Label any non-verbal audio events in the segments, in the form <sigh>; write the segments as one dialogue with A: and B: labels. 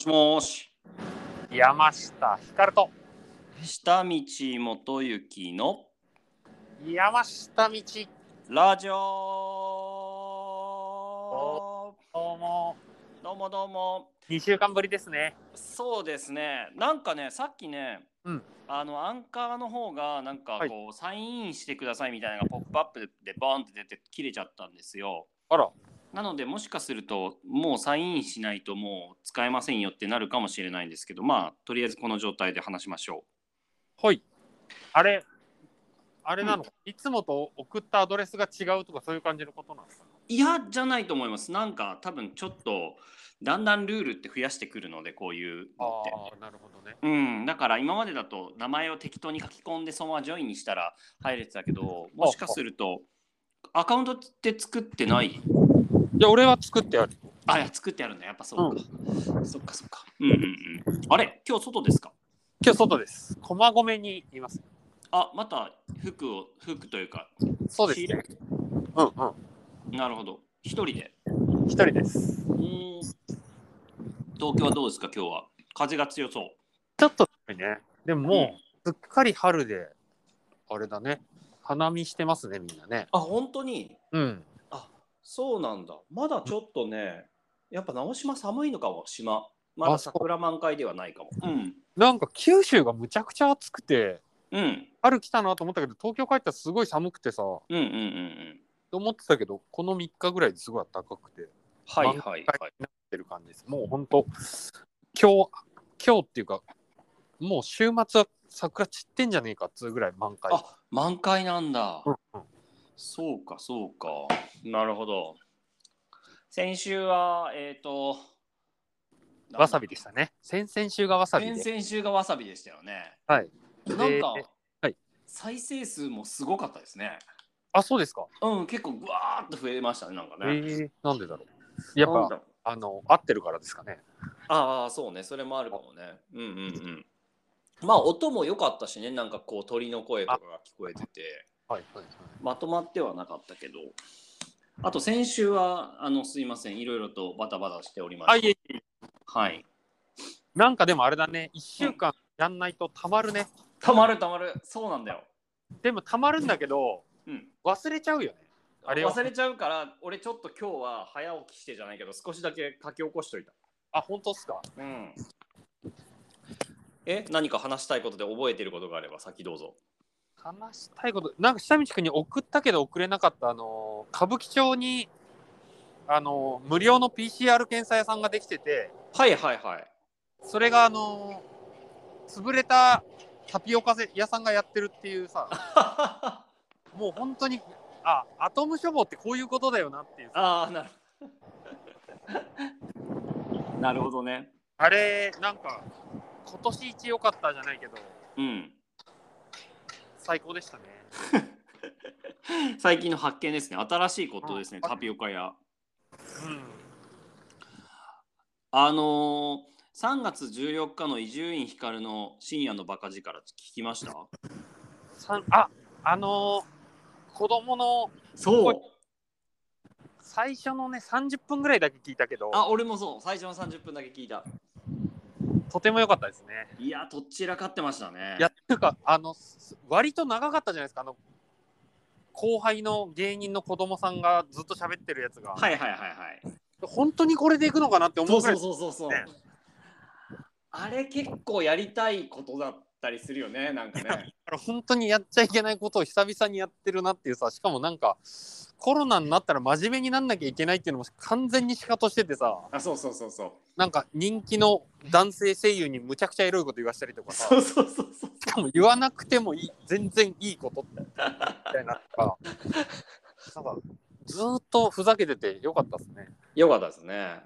A: しもーし。
B: 山下ひかると
A: 下道元行の
B: 山下道
A: ラジオ
B: どうも
A: どうもどうも。
B: 2週間ぶりですね
A: そうですね。なんかね、さっきね、
B: うん
A: あのアンカーの方がなんか
B: はい
A: こう、サインインしてくださいみたいなのがポップアップでバーンって出て切れちゃったんですよ。
B: あら
A: なのでもしかするともうサインインしないともう使えませんよってなるかもしれないんですけどまあとりあえずこの状態で話しましょ
B: はいあれあれなの、いつもと送ったアドレスが違うとかそういう感じのことなんですか
A: ういやじゃないと思いますなんか多分ちょっとだんだんルールって増やしてくるのでこういうのって
B: あなるほどね
A: うん、だから今までだと名前を適当に書き込んでそのままジョインにしたら入れてたけどもしかするとアカウントって作ってない
B: じゃあ俺は作ってある
A: あいや作ってあるんだやっぱそうか、そっかそっかうんうんうんあれ今日外ですか
B: 今日外です駒込にいます
A: あまた服を服というか
B: そうですねうんうん
A: なるほど一人で
B: 一人です
A: うーん東京はどうですか今日は風が強そう
B: ちょっと寒いねでももう、すっかり春であれだね花見してますねみんなね
A: あ本当に
B: うん
A: そうなんだまだちょっとねやっぱ直島寒いのかも島まだ
B: あそう
A: 桜満開ではないかもうん
B: なんか九州がむちゃくちゃ暑くて
A: うん
B: 春来たなと思ったけど東京帰ったらすごい寒くてさと
A: うんうんうんうん。
B: 思ってたけどこの3日ぐらいですごい暖かくて
A: はいはい
B: 満
A: はい。
B: 開になってる感じですもうほんと今日今日っていうかもう週末は桜散ってんじゃねえかっつうぐらい満開
A: あ満開なんだ。
B: うんうん
A: そうかそうか。なるほど。先週はえっ、と。。
B: わさびでしたたね先々週がわさび
A: 先
B: で
A: 々週がわさびでしたよね。
B: はい
A: なんか、
B: はい
A: 再生数もすごかったですね。
B: あそうですか
A: うん結構ぐわーっと増えましたねなんか
B: え
A: ね。
B: ー、なんでだろうやっ
A: なん
B: ぱ
A: だ
B: あの合ってるからですかね
A: ああそうねそれもあるかもね。うんうんうん。まあ音も良かったしねなんかこう鳥の声とかが聞こえてて。
B: はいはいはい
A: まとまってはなかったけど、あと先週は、あの、すいません、いろいろとバタバタしておりま
B: あ
A: し
B: い
A: た。
B: えいえ
A: はい。
B: なんかでもあれだね1週間やんないとたまるね
A: たまるたまる、そうなんだよ。
B: でもたまるんだけど
A: うん。
B: 忘れちゃうよねあれは
A: 忘れちゃうから、俺ちょっと今日は早起きしてじゃないけど、少しだけ書き起こしといた。
B: あ本当っすか
A: うん。え、何か話したいことで覚えてることがあれば、先どうぞ。
B: 話したいことなんか下道くんに送ったけど送れなかったあのー歌舞伎町にあのー無料の PCR 検査屋さんができてて
A: はいはいはい。
B: それがあのー潰れたタピオカ屋さんがやってるっていうさ
A: あ
B: もう本当にあアトム処方ってこういうことだよなっていうさ
A: あ、なるほど。な <laughs> るほどね。
B: あれなんか今年一良かったじゃないけど
A: うん。
B: 最高でしたね
A: 最近の発見ですね。新しいことですね、
B: あ
A: タピオカ屋。
B: うん
A: あのー、3月14日の伊集院光の深夜のバカ力聞きました
B: さんああのー子供の
A: そう
B: 最初のね30分ぐらいだけ聞いたけど
A: あ、俺もそう。最初の30分だけ聞いた。
B: とても良かったですね。
A: いや、とっちらかってましたね。
B: いや、っていうか、あの、す割と長かったじゃないですか、あの、後輩の芸人の子供さんがずっと喋ってるやつが、
A: はいはいはいはい。
B: 本当にこれでいくのかなって思
A: そうう
B: く
A: そ
B: ら
A: う
B: い、
A: そうそうそう
B: ね。
A: あれ結構やりたいことだったりするよね、なんかね。
B: 本当にやっちゃいけないことを久々にやってるなっていうさ、しかもなんか、コロナになったら真面目になんなきゃいけないっていうのも完全に仕方しててさ、
A: あ、そうそうそうそう。
B: なんか人気の男性声優にむちゃくちゃエロいこと言わしたりとかさ、
A: そうそうそうそう。
B: しかも言わなくてもいい全然いいことってみたいなとかなんかずーっとふざけててよかったですね
A: よかったですね。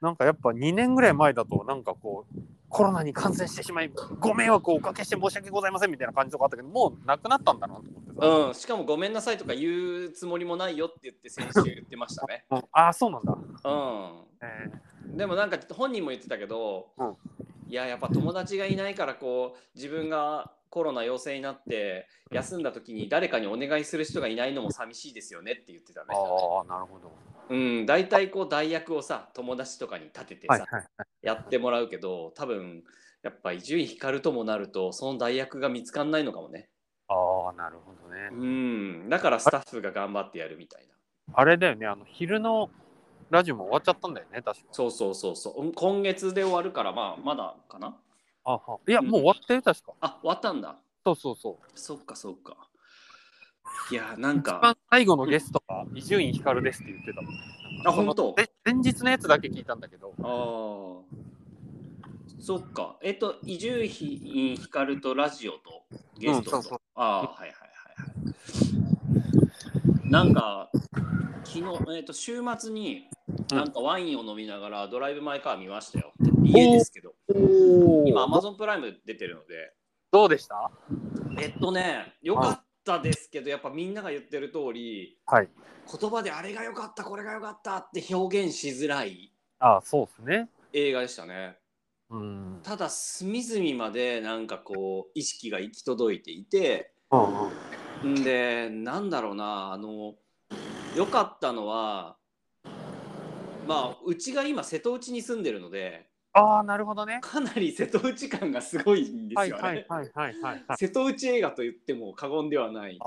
B: なんかやっぱ2年ぐらい前だとなんかこうコロナに感染してしまいご迷惑をおかけして申し訳ございませんみたいな感じとかあったけどもうなくなったんだなと思ってさ、
A: うん、しかもごめんなさいとか言うつもりもないよって言って先週言ってましたね。
B: うんああそうなんだ、
A: うん。
B: え
A: でもなんか本人も言ってたけど、
B: うん
A: いややっぱ友達がいないからこう自分がコロナ陽性になって
B: うん
A: 休んだ時に誰かにお願いする人がいないのも寂しいですよねって言ってたね
B: ー、。ああなるほど
A: うん、大体こう代役をさ友達とかに立ててさ、
B: はい
A: やってもらうけど多分やっぱ伊集院光ともなるとその代役が見つかんないのかもね
B: ああ、なるほどね。
A: うんだからスタッフが頑張ってやるみたいな
B: あれだよね、あの、昼のラジオも終わっちゃったんだよね、確か。
A: そうそうそうそううん今月で終わるからまあまだかな
B: あはいや、
A: うん
B: もう終わったよ、確か。
A: あ終わったんだ
B: そうそうそう。
A: そっかそっかいやなん
B: 一
A: か
B: 番最後のゲストが伊集院光ですって言ってたもん。
A: あ本当
B: で前日のやつだけ聞いたんだけど。
A: あーそっかえっと伊集院光とラジオとゲストと、
B: うんそうそう
A: ああーはいはいはいはいなんか昨日えっと週末に
B: うん
A: なんかワインを飲みながらドライブ・マイ・カー見ましたよ、家ですけど
B: お
A: 今 Amazon プライム出てるので
B: どうでした
A: えっとね良かったですけどやっぱみんなが言ってる通り
B: はい。
A: 言葉であれが良かったこれが良かったって表現しづらい
B: あそうですね。
A: 映画でしたね
B: うん。
A: ただ隅々までなんかこう意識が行き届いていて
B: うんうん、
A: んでなんだろうなあの良かったのはまあうちが今瀬戸内に住んでるので
B: ああ、なるほどね。
A: かなり瀬戸内感がすごいんです
B: はい
A: よね、
B: はいはいはいはい。あ
A: 瀬戸内映画と言っても過言ではない
B: あー、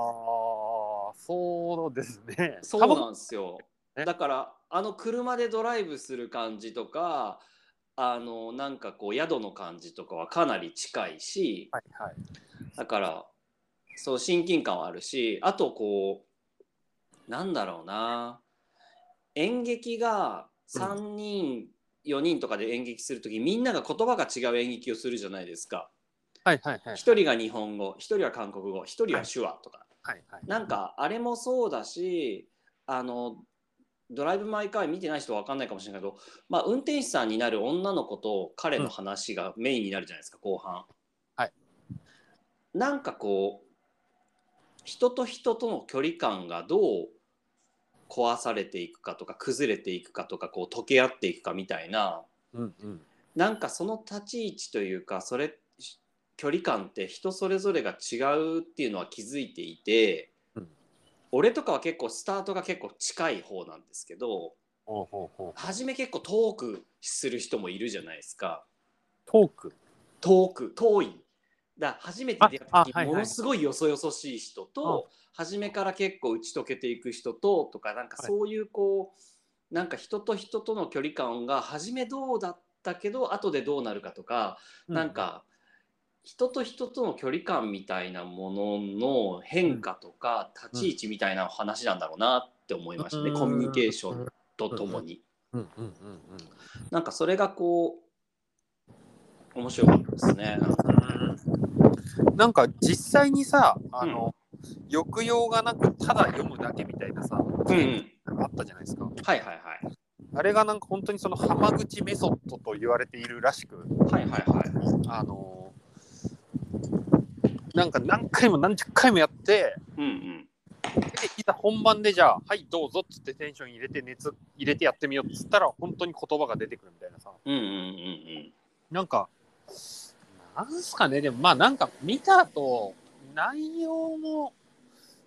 B: そうですね。
A: そう
B: 多
A: な
B: 分
A: んですよ
B: ね
A: だからあの車でドライブする感じとかあのなんかこう宿の感じとかはかなり近いし、
B: はいはい。
A: だからそう親近感はあるしあとこうなんだろうな演劇が3人、4人とかで演劇する時みんなが言葉が違う演劇をするじゃないですか。
B: はいはいはい。
A: 一人が日本語一人は韓国語一人は手話とか、
B: はいはい、
A: なんかあれもそうだしあのドライブ・マイ・カー見てない人は分かんないかもしれないけど、まあ、運転手さんになる女の子と彼の話がメインになるじゃないですか、後半。
B: はい
A: なんかこう人と人との距離感がどう壊されていくかとか崩れていくかとかこう溶け合っていくかみたいな
B: うんうん。
A: なんかその立ち位置というかそれ距離感って人それぞれが違うっていうのは気づいていて、
B: うん
A: 俺とかは結構スタートが結構近い方なんですけど
B: ほうほうほう。
A: 初め結構遠くする人もいるじゃないですか
B: トーク。
A: 遠く遠いだから初めて出会った
B: ああ
A: 時
B: はいはい
A: ものすごいよそよそしい人と初めから結構打ち解けていく人ととかなんかそういうこうなんか人と人との距離感が初めどうだったけど後でどうなるかとかなん。か人と人との距離感みたいなものの変化とか立ち位置みたいなお話なんだろうなって思いましたね、
B: うん
A: コミュニケーションとともに、
B: うんうんうんうん。
A: なんかそれがこう面白かったですねなんか
B: なんか実際にさあの、抑揚がなくただ読むだけみたいなさ、
A: うんうん
B: あったじゃないですか
A: はいはいはい
B: あれがなんか本当にその浜口メソッドと言われているらしく
A: はいはいはい
B: あのなんか何回も何十回もやって
A: うんうん
B: でいざ本番でじゃあはいどうぞっつってテンション入れて熱入れてやってみようっつったら本当に言葉が出てくるみたいなさ
A: うんうんうん
B: なんかなんすかねでもまあなんか見た後内容も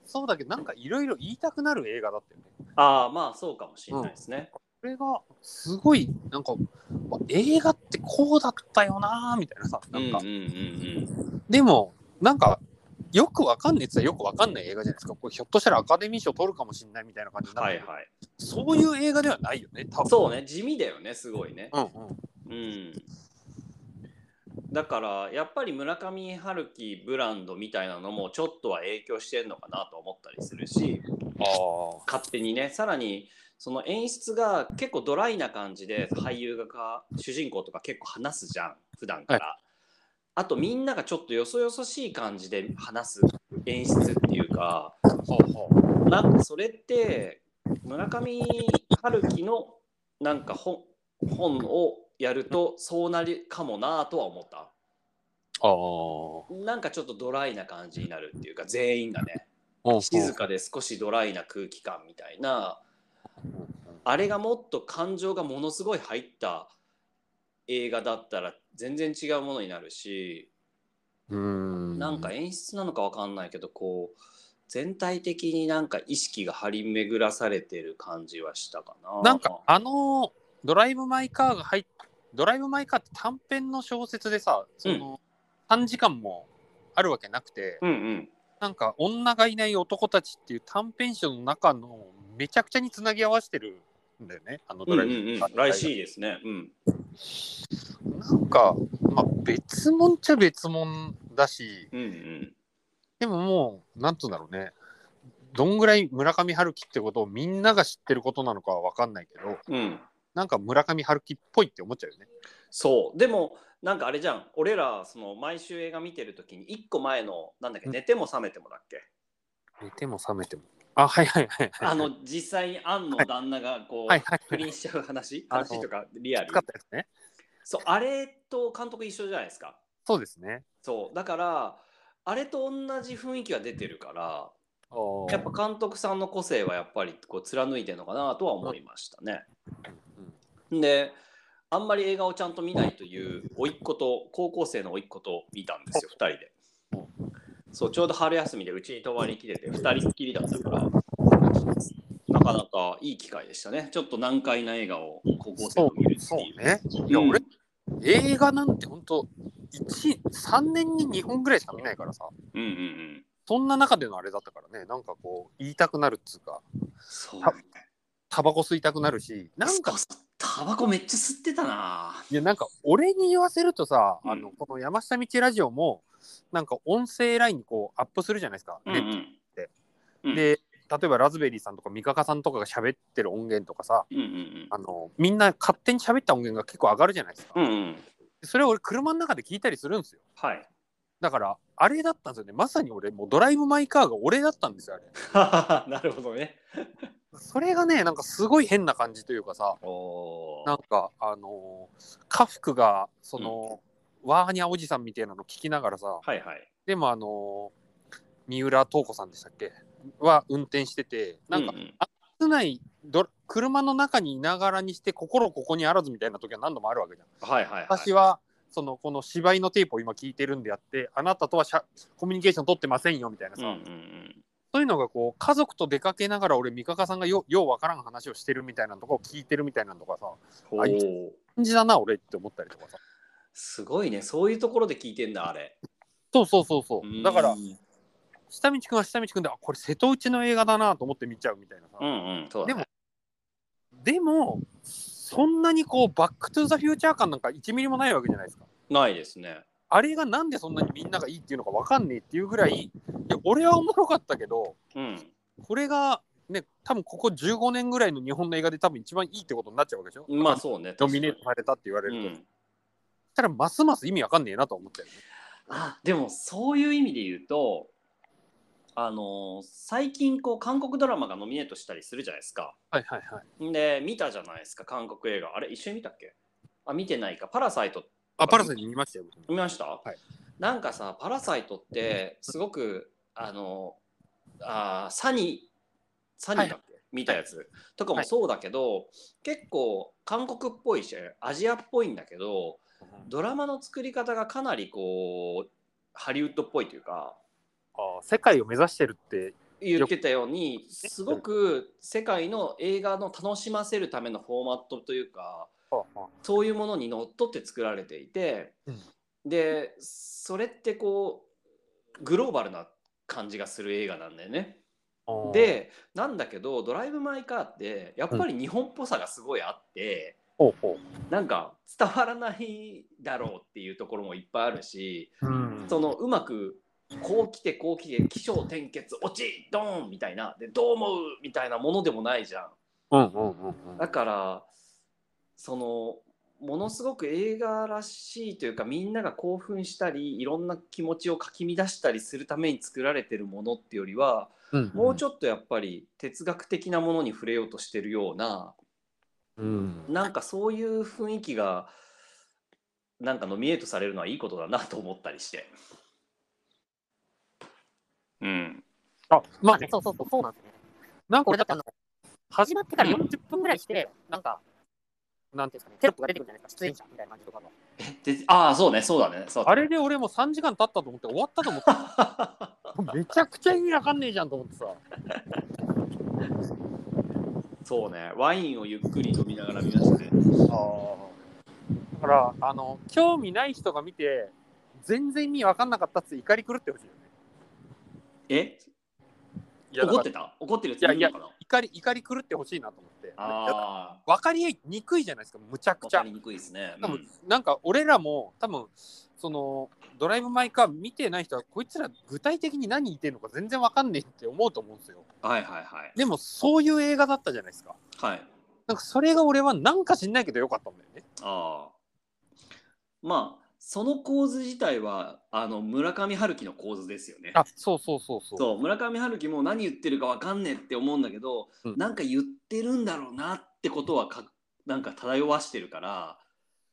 B: そうだけどなんかいろいろ言いたくなる映画だったよね
A: うんああまあそうかもしれないですね、
B: これがすごいなんかわ映画ってこうだったよなーみたいなさ
A: う、
B: なんん
A: うん
B: か、
A: うんうん
B: でもなんかよくわかんないって言ったらよくわかんない映画じゃないですかこれひょっとしたらアカデミー賞取るかもしれないみたいな感じになっ
A: は
B: て
A: い
B: る、
A: はい
B: そういう映画ではないよね多分
A: そうね地味だよねすごいね
B: うんうん
A: うんだからやっぱり村上春樹ブランドみたいなのもちょっとは影響してんのかなと思ったりするし
B: ああ
A: 勝手にねさらにその演出が結構ドライな感じで俳優がか主人公とか結構話すじゃん普段から、あとみんながちょっとよそよそしい感じで話す演出っていうか
B: ほうほう
A: なんかそれって村上春樹のなんか本本をやるとそうなるかもなとは思った
B: ああ
A: なんかちょっとドライな感じになるっていうか全員がね静
B: 静
A: かで少しドライな空気感みたいなあれがもっと感情がものすごい入った映画だったら全然違うものになるし
B: うん
A: なんか演出なのかわかんないけどこう全体的になんか意識が張り巡らされてる感じはしたかな。
B: なんかあのドライブ・マイ・カーが入っドライブ・マイ・カーって短編の小説でさその、短時間もあるわけなくて、
A: うんうん。
B: なんか女がいない男たちっていう短編集の中のめちゃくちゃにつなぎ合わせてるんだよねあの
A: う
B: ド
A: んう
B: ライ
A: ん
B: ブ・
A: うん
B: マイカー。
A: らしいですね。うん。
B: なんか、まあ、別もんっちゃ別もんだし
A: うんうん。
B: でももうなんつうんだろうねどんぐらい村上春樹ってことをみんなが知ってることなのかは分かんないけど
A: うん。
B: なんか村上春樹っぽいって思っちゃうよね。
A: そう。でも、なんかあれじゃん。俺ら、その、毎週映画見てるときに、一個前の、なんだっけ、
B: うん
A: 寝ても覚めてもだっけ。
B: 寝ても覚めても。あはいはいはいはい。
A: あの、実際にアンの旦那が、こ
B: はいは
A: う不
B: い、
A: 倫しちゃう話、
B: あの
A: 話とか、リアル
B: 使。ったやつね。
A: そう、あれと監督一緒じゃないですか。
B: そうですね。
A: そう。だから、あれと同じ雰囲気が出てるから、
B: おー
A: やっぱ監督さんの個性はやっぱりこう貫いてるのかなとは思いましたね。
B: うん
A: であんまり映画をちゃんと見ないという甥っ子と高校生の甥っ子と見たんですよ2人で。そうちょうど春休みでうちに泊まりに来てて2人っきりだったからなかなかいい機会でしたねちょっと難解な映画を高校生
B: そ
A: と見る
B: う
A: って
B: そう
A: いう。
B: ね。いや、
A: うん
B: 俺、映画なんて本当一3年に2本ぐらいしか見ないからさ、
A: うんうんうん、
B: そんな中でのあれだったからね、なんかこう、言いたくなるっつうか、
A: そう
B: たタバコ吸いたくなるし、なんか、
A: タバコめっちゃ吸ってたない
B: や、なんか俺に言わせるとさ、
A: うん
B: あのこの山下道ラジオも、なんか音声ラインにこうアップするじゃないですか。
A: うんうんうん
B: で、例えばラズベリーさんとか三鷹さんとかが喋ってる音源とかさ、
A: うんうん
B: あのみんな勝手に喋った音源が結構上がるじゃないですか。
A: うんうんうん
B: それを俺車の中で聞いたりするんですよ。
A: はい
B: だからあれだったんですよね。まさに俺もうドライブ・マイ・カーが俺だったんですよあれ。
A: <laughs> なるほどね
B: それがねなんかすごい変な感じというかさ
A: おー
B: なんかあのー家福がその、ワーハニャおじさんみたいなの聞きながらさ
A: はいはい
B: でもあのー三浦透子さんでしたっけは運転しててなんか
A: ううん
B: 室内ドラ車の中にいながらにして心ここにあらずみたいな時は何度もあるわけじゃん。
A: はいはい、はい、
B: 私はそのこの芝居のテープを今聞いてるんであってあなたとはしゃコミュニケーション取ってませんよみたいな
A: う
B: さ、
A: んうんうん
B: そういうのがこう家族と出かけながら俺三鷹さんがよようわからん話をしてるみたいなとこを聞いてるみたいなのとかさ
A: おー
B: 感じだな俺って思ったりとかさ
A: すごいねそういうところで聞いてんだあれ
B: そうそうそうそうだから
A: うん
B: 下道くんは下道くんであこれ瀬戸内の映画だなと思って見ちゃうみたいなさ、
A: うんそうだね
B: でもそんなにこうバック・トゥ・ザ・フューチャー感なんか1ミリもないわけじゃないですか
A: ないですね
B: あれがなんでそんなにみんながいいっていうのかわかんねえっていうぐらいいや俺はおもろかったけど
A: うん
B: これがね多分ここ15年ぐらいの日本の映画で多分一番いいってことになっちゃうわけでしょ
A: まあそうね
B: ドミネート
A: 確
B: されたって言われ
A: か
B: る
A: に
B: と、
A: う
B: そ
A: ん
B: したらますます意味わかんねえなと思って、ね、
A: あでもそういう意味で言うとあのー最近こう韓国ドラマがノミネートしたりするじゃないですか
B: はいはいはい
A: で見たじゃないですか韓国映画あれ一緒に見たっけあ見てないか「パラサイト」
B: あパラサイト見ましたよ僕
A: 見ました、
B: い
A: なんかさ「パラサイト」ってすごくあのあーサニーサニーだっけ、見たやつ、とかもそうだけど、結構韓国っぽいしアジアっぽいんだけどドラマの作り方がかなりこうハリウッドっぽいというか
B: あ世界を目指してるって
A: 言ってたようにすごく世界の映画の楽しませるためのフォーマットというかそういうものにのっとって作られていて、
B: うん
A: でそれってこうグローバルな感じがする映画なんだよね。でなんだけど「ドライブ・マイ・カー」ってやっぱり日本っぽさがすごいあって、
B: ほうほ
A: なんか伝わらないだろうっていうところもいっぱいあるし、
B: う、うん
A: そのうまくこう来てこう来て起承転結落ちドーンみたいなでどう思うみたいなものでもないじゃん。
B: うんうんうん
A: だからそのものすごく映画らしいというかみんなが興奮したりいろんな気持ちをかき乱したりするために作られてるものってよりは
B: うん
A: もう
B: ょ
A: ちょっとやっぱり哲学的なものに触れようとしてるような
B: っと、うん
A: なんかそういう雰囲気がなんかノミネートされるのはいいことだなと思ったりして。うん、
B: あまあ
C: そうそうそう、そうなんですね。
B: なんか
C: これだってあの、始まってから40分ぐらいして、なんか、
B: なん
C: なんていうんですかね、テロップが出てくるじゃないですか、出演者みたいな感じとかの。
A: でああそうねそうだねそうだ
B: あれで俺も3時間経ったと思って終わったと思っ
A: <laughs>
B: てめちゃくちゃ意味わかんねえじゃんと思ってさ
A: そうねワインをゆっくり飲みながら見ましたね。
B: あから、あの、興味ない人が見て、全然意味わかんなかったっつって怒り狂ってほしいよね。
A: え
B: いや、だ
A: 怒
B: か
A: っ
B: ら
A: てた怒ってるやつ
B: いや
A: いるのかな
B: 怒り、怒り狂ってほしいなと思って。
A: ああ、
B: わかりにくいじゃないですか、むちゃく
A: わ
B: ち
A: か
B: ゃ
A: り。にくいですね。
B: 多分なんか俺らも多分そのドライブ・マイ・カー見てない人はこいつら具体的に何言ってんのか全然わかんねえって思うと思うんですよ
A: うんはいはいはい。
B: でもそういう映画だったじゃないですか
A: はい。
B: なんかそれが俺はなんか知んないけどよかったんだよね
A: ああ。まあ、その構図自体は、あの、村上春樹の構図ですよね。
B: あそうそうそうそう
A: そう村上春樹も何言ってるかわかんねえって思うんだけど、
B: うん
A: なんか言ってるんだろうなってことはかなんか漂わしてるから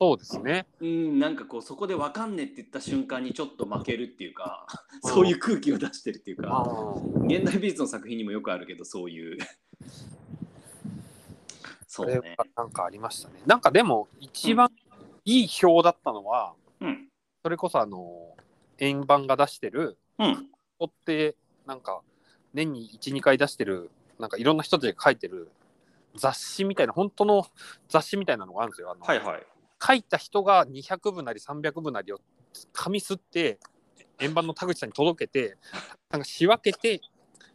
B: そうですね
A: うんなんかこうそこでわかんねえって言った瞬間にちょっと負けるっていうかそういう空気を出してるっていう
B: あ
A: か現代美術の作品にもよくあるけどそう
B: <laughs>
A: いうそ
B: そうれは
A: ね、
B: なんかありましたねなんかでも一番いい表だったのは、
A: うん
B: それこそあの円盤が出してる
A: うん、
B: 追ってなんか年に12回出してるなんかいろんな人たちが書いてる雑誌みたいな本当の雑誌みたいなのがあるんですよあの、
A: はいはい
B: 書いた人が200部なり300部なりを紙吸って円盤の田口さんに届けてなんか仕分けて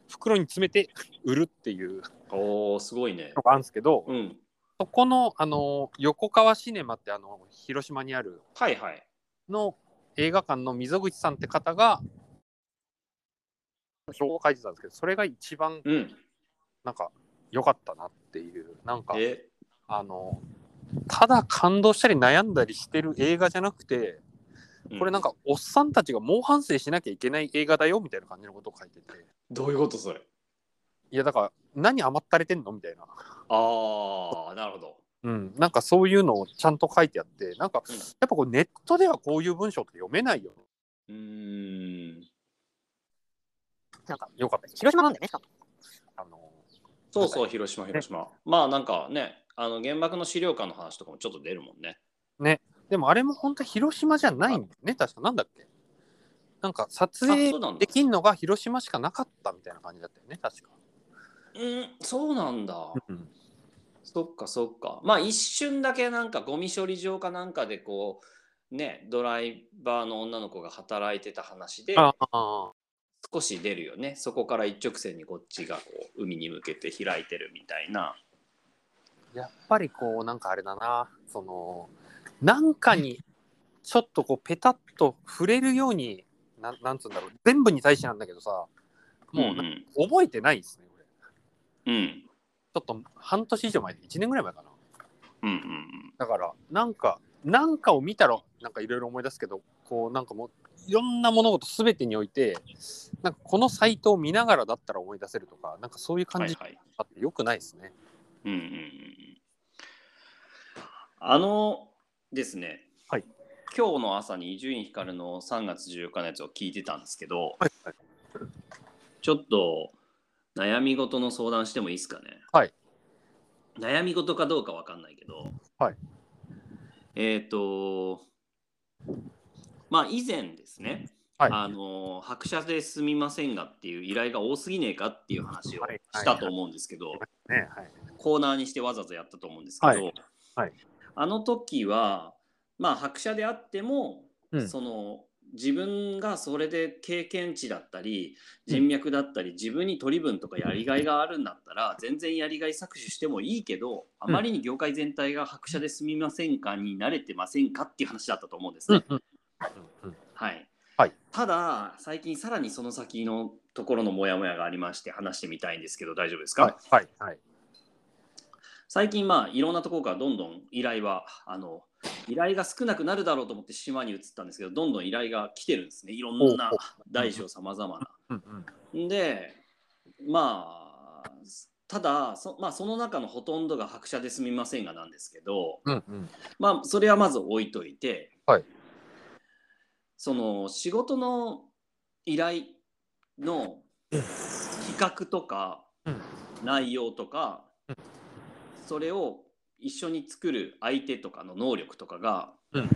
B: 袋に詰めて売るっていう
A: おーすごいね
B: のがあるんですけど、
A: うん
B: そこのあの横川シネマってあの広島にある
A: はいはい
B: の映画館の溝口さんって方が表を書いてたんですけどそれが一番
A: うん
B: なんか良かったなっていうなんか
A: え
B: あのただ感動したり悩んだりしてる映画じゃなくてこれなん
A: か、
B: かおっさんたちが猛反省しなきゃいけない映画だよみたいな感じのことを書いてて
A: うんどういうことそれ
B: いやだから何甘ったれてんのみたいな、
A: ああなるほど
B: うん、なんかそういうのをちゃんと書いてあってなんか
A: うん
B: やっぱこうネットではこういう文章って読めないよ
A: うーん
C: なんか、
B: よかったです
C: 広島なんだよね、しかも。
B: あの
A: そうそう、広島、広島。まあなんかね、あの原爆の資料館の話とかもちょっと出るもんね。
B: でもあれも本当広島じゃないんだよね確かなんだっけなんか撮
A: あ
B: 影
A: そうなんだ
B: できんのが広島しかなかったみたいな感じだったよね確か、
A: うん、そうなんだ。
B: うん、
A: そっかそっか。まあ一瞬だけなんかゴミ処理場かなんかでこう、ね、ドライバーの女の子が働いてた話で、
B: ああ
A: 少し出るよね。そこから一直線にこっちがこう海に向けて開いてるみたいな。
B: やっぱりこうなんかあれだなそのなんかにちょっとこうペタッと触れるようになんなんつうんだろう全部に対してなんだけどさもう
A: う
B: なん覚えてないですね俺ち
A: うん、うん、
B: ょっと半年以上前で1年ぐらい前かな
A: うん、うん
B: だからなんかなんかを見たらなんかいろいろ思い出すけどこうなんかもういろんな物事全てにおいてなんかこのサイトを見ながらだったら思い出せるとかなんかそういう
A: うん。は
B: 感
A: い
B: じ
A: はい。
B: あってよくないですね。
A: うんうんうんうんあのですね、
B: はい
A: 今日の朝に伊集院光の3月14日のやつを聞いてたんですけど、
B: はいはい
A: ちょっと悩み事の相談してもいいですかね。
B: はい
A: 悩み事かどうかわかんないけど、
B: はい
A: えっ、と、まあ以前ですね、
B: はい
A: あの白車ですみませんがっていう依頼が多すぎねえかっていう話を
B: はいはい
A: したと思うんですけど、
B: ねはい、
A: コーナーにしてわざわざやったと思うんですけど、
B: はいはい
A: あの時はまあ白車であっても、
B: うん
A: その自分がそれで経験値だったり人脈だったり、自分に取り分とかやりがいがあるんだったら全然やりがい搾取してもいいけどあまりに業界全体が白車ですみませんかに慣れてませんかっていう話だったと思うんです
B: う
A: ね。
B: んうんうんうん
A: はい
B: はい
A: ただ最近さらにその先のところのモヤモヤがありまして話してみたいんですけど大丈夫ですか、
B: はいはいはい
A: 最近まあいろんなところからどんどん依頼はあの依頼が少なくなるだろうと思って島に移ったんですけどどんどん依頼が来てるんですねいろんな
B: おう
A: 大小さまざま
B: うんうん
A: な。でまあただそ,、まあ、その中のほとんどが白車で済みませんがなんですけど、
B: うんうん
A: まあそれはまず置いといて、
B: はい
A: その仕事の依頼の企画とか
B: うん
A: 内容とか、
B: うん
A: それを一緒に作る相手とかの能力とかが、
B: うん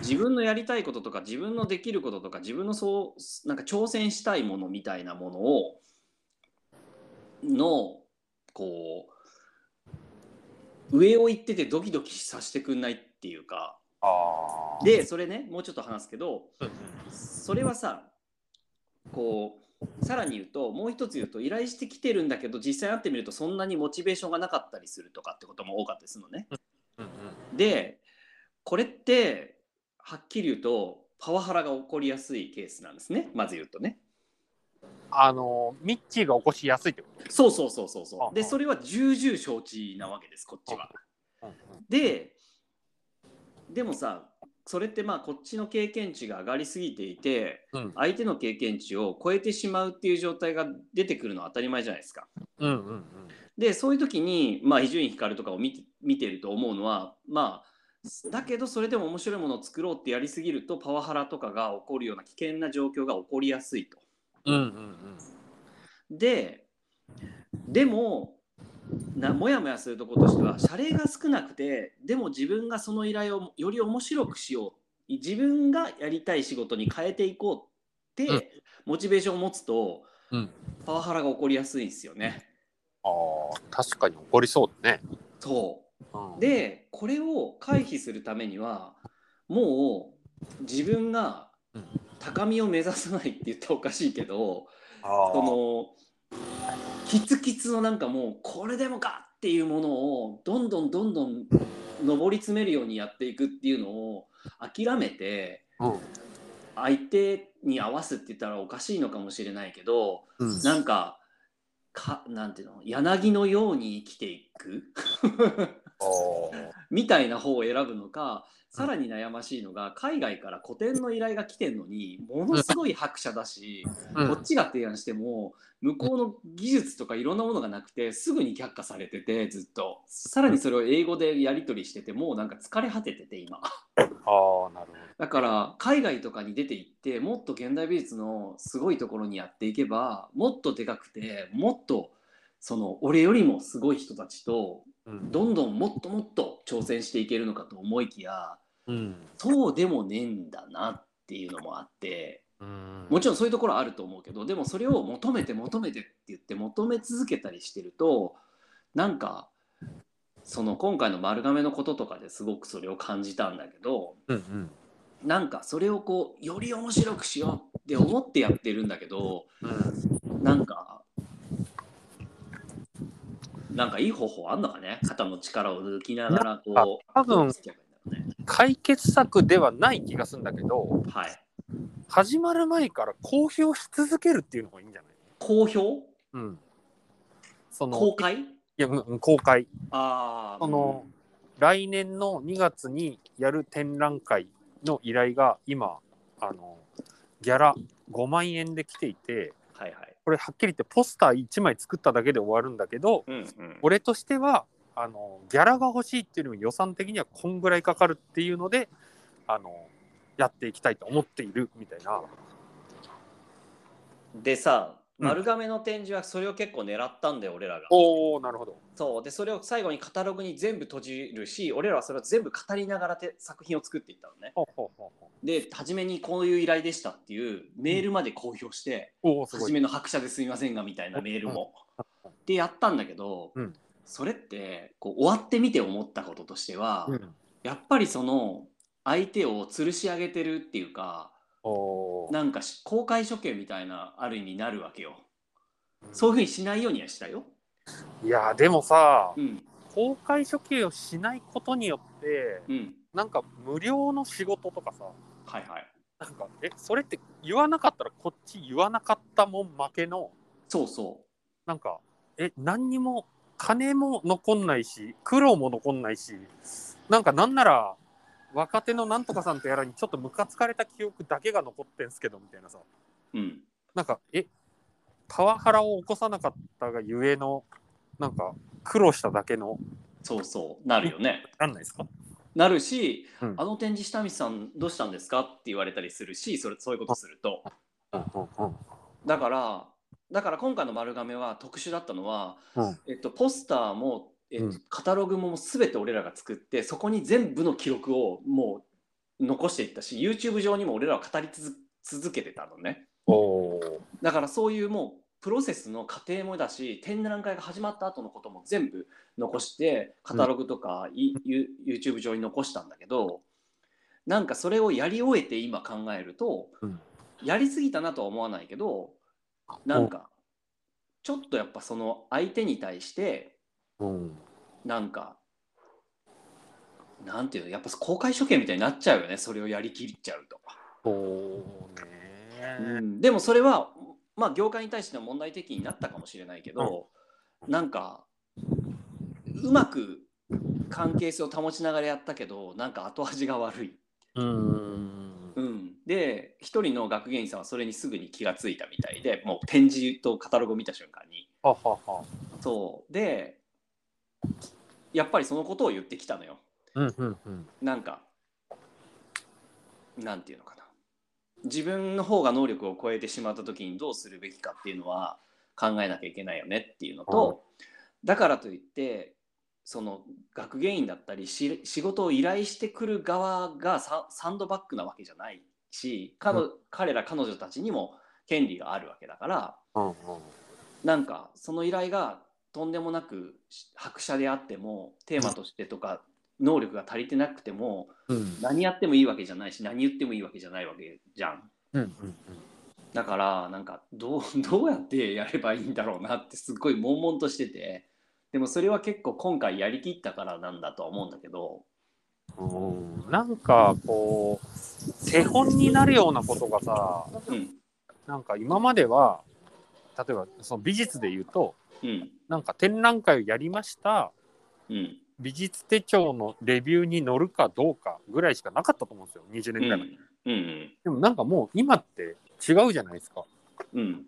A: 自分のやりたいこととか自分のできることとか自分のそうなんか挑戦したいものみたいなものをのこう上を行っててドキドキさせてくんないっていうか
B: あー
A: でそれねもうちょっと話すけど
B: うんうん
A: それはさこうさらに言うともう一つ言うと依頼してきてるんだけど実際会ってみるとそんなにモチベーションがなかったりするとかってことも多かったりするのね。
B: うんうん
A: でこれってはっきり言うとパワハラが起こりやすいケースなんですねまず言うとね。
B: あのミッチーが起こしやすいってこ
A: そうそうそうそう
B: あ
A: そ
B: あ
A: う。でそれは重々承知なわけですこっちは。
B: と、うん
A: ででもさそれってまあこっちの経験値が上がりすぎていて
B: うん
A: 相手の経験値を超えてしまうっていう状態が出てくるのは当たり前じゃないですか。
B: うんうんうん
A: でそういう時にまあ伊集院光とかを見て見てると思うのはまあだけどそれでも面白いものを作ろうってやりすぎるとパワハラとかが起こるような危険な状況が起こりやすいと。
B: うんうんうん
A: ででもなもやもやするところとしては謝礼が少なくてでも自分がその依頼をより面白くしよう自分がやりたい仕事に変えていこうって、
B: うん
A: モチベーションを持つと、
B: うん
A: パワハラが起こりやすいんですよね。
B: あー確かに起こりそうだね、
A: そう
B: うん、
A: でこれを回避するためにはもう自分が
B: うん
A: 高みを目指さないって言ったらおかしいけど
B: あ
A: そ
B: ー
A: のキツキツのなんかもうこれでもかっていうものをどんどんどんどん上り詰めるようにやっていくっていうのを諦めて
B: うん
A: 相手に合わすって言ったらおかしいのかもしれないけど
B: うん
A: なんかかなんていうの柳のように生きていく。 <laughs>
B: あー
A: みたいな方を選ぶのかさらに悩ましいのが海外から個展の依頼が来てんのにものすごい拍車だし、
B: うん
A: こっちが提案しても向こうの技術とかいろんなものがなくてすぐに却下されててずっとさらにそれを英語でやり取りしててもうなんか疲れ果ててて今 <laughs>
B: あーなるほど
A: だから海外とかに出て行ってもっと現代美術のすごいところにやっていけばもっとでかくてもっとその俺よりもすごい人たちと
B: うん
A: どんどんもっともっと挑戦していけるのかと思いきや
B: うん
A: そうでもねえんだなっていうのもあって
B: うん
A: もちろんそういうところはあると思うけどでもそれを求めて求めてって言って求め続けたりしてるとなんかその今回の丸亀のこととかですごくそれを感じたんだけど
B: うんうん
A: なんかそれをこうより面白くしようって思ってやってるんだけど
B: うん
A: なんか。なんかいい方法あんのかね肩の力を抜きながらこう。
B: 多分
A: 付き合えばいいんだろ
B: 解決策ではない気がするんだけど
A: うねはい。
B: 始まる前から公表し続けるっていうのがいいんじゃない
A: 公表
B: うんその
A: 公開
B: いやうん公開
A: ああ
B: その来年の2月にやる展覧会の依頼が今あのギャラ5万円で来ていて
A: はいはい
B: これはっきり言ってポスター1枚作っただけで終わるんだけど
A: うんうん
B: 俺としてはあのギャラが欲しいっていうよりも予算的にはこんぐらいかかるっていうのであのやっていきたいと思っているみたいな。
A: でさ
B: うん
A: 丸亀の展示はそれを結構狙ったんだよ俺らが
B: おーなるほど。
A: そうでそれを最後にカタログに全部閉じるし俺らはそれを全部語りながらて作品を作っていったのね
B: ほうほうほうほう
A: で初めにこういう依頼でしたっていうメールまで公表して、
B: おーすご
A: 初
B: い。
A: めの拍車ですみませんがみたいなメールも、でやったんだけど、
B: うん
A: それってこう終わってみて思ったこととしては、
B: うん、
A: やっぱりその相手を吊るし上げてるっていうか
B: おー
A: なんかし公開処刑みたいなある意味なるわけよそういうふうにしないようにはしたよ
B: いやーでもさ
A: うん
B: 公開処刑をしないことによって
A: うん
B: なんか無料の仕事とかさ
A: はいはい
B: なんかえそれって言わなかったらこっち言わなかったもん負けの
A: そうそ
B: なんかえ何にも金も残んないし苦労も残んないしなんかなんなら若手のなんとかさんとやらにちょっとムカつかれた記憶だけが残ってんすけどみたいなさ
A: ううん
B: なんかえパワハラを起こさなかったがゆえのなんか苦労しただけの
A: そうそうなるよね
B: なんないですか
A: なるし、
B: うん
A: あの展示下見さんどうしたんですかって言われたりするしそれそういうことすると
B: うんうんうん
A: だからだから今回の丸亀は特殊だったのは、
B: うん
A: えっと、ポスターも、えっと
B: うん
A: カタログも全て俺らが作ってそこに全部の記録をもう残していったし YouTube 上にも俺らは語り続続けてたのね
B: おお
A: だからそういうもうプロセスの過程もだし展覧会が始まった後のことも全部残してカタログとか、い You- YouTube 上に残したんだけどなんかそれをやり終えて今考えると、
B: うん
A: やりすぎたなとは思わないけどなんかちょっとやっぱその相手に対して
B: うん。
A: なんかなんていうのやっぱ公開処刑みたいになっちゃうよねそれをやりきっちゃうと。
B: そうね。
A: うんでもそれは、まあ、業界に対しての問題的になったかもしれないけど、なんかうまく関係性を保ちながらやったけどなんか後味が悪い、
B: うん。
A: うん、で一人の学芸員さんはそれにすぐに気がついたみたいでもう展示とカタログを見た瞬間に
B: ははは。
A: そうでやっぱりそのことを言ってきたのよ
B: うんうんうん。
A: なんかなんていうのかな自分の方が能力を超えてしまった時にどうするべきかっていうのは考えなきゃいけないよねっていうのと、だからといってその学芸員だったりし仕事を依頼してくる側がササンドバッグなわけじゃないし彼,、
B: う
A: 彼ら彼女たちにも権利があるわけだから
B: うんうん。
A: なんかその依頼がとんでもなく白車であってもテーマとしてとか能力が足りてなくても
B: うん。
A: 何やってもいいわけじゃないし何言ってもいいわけじゃないわけじゃん
B: うんうん
A: だからなんかどうどうやってやればいいんだろうなってすっごい悶々としててでもそれは結構今回やりきったからなんだとは思うんだけど
B: うん。うん。なんかこう、手本になるようなことがさ、
A: うん
B: なんか今までは、例えばその美術で言うと、
A: うん
B: なんか展覧会をやりました、
A: うん
B: 美術手帳のレビューに載るかどうかぐらいしかなかったと思うんですよ、20
A: うん
B: 年ぐらい前。
A: うん
B: でもなんかもう今って違うじゃないですか。
A: うん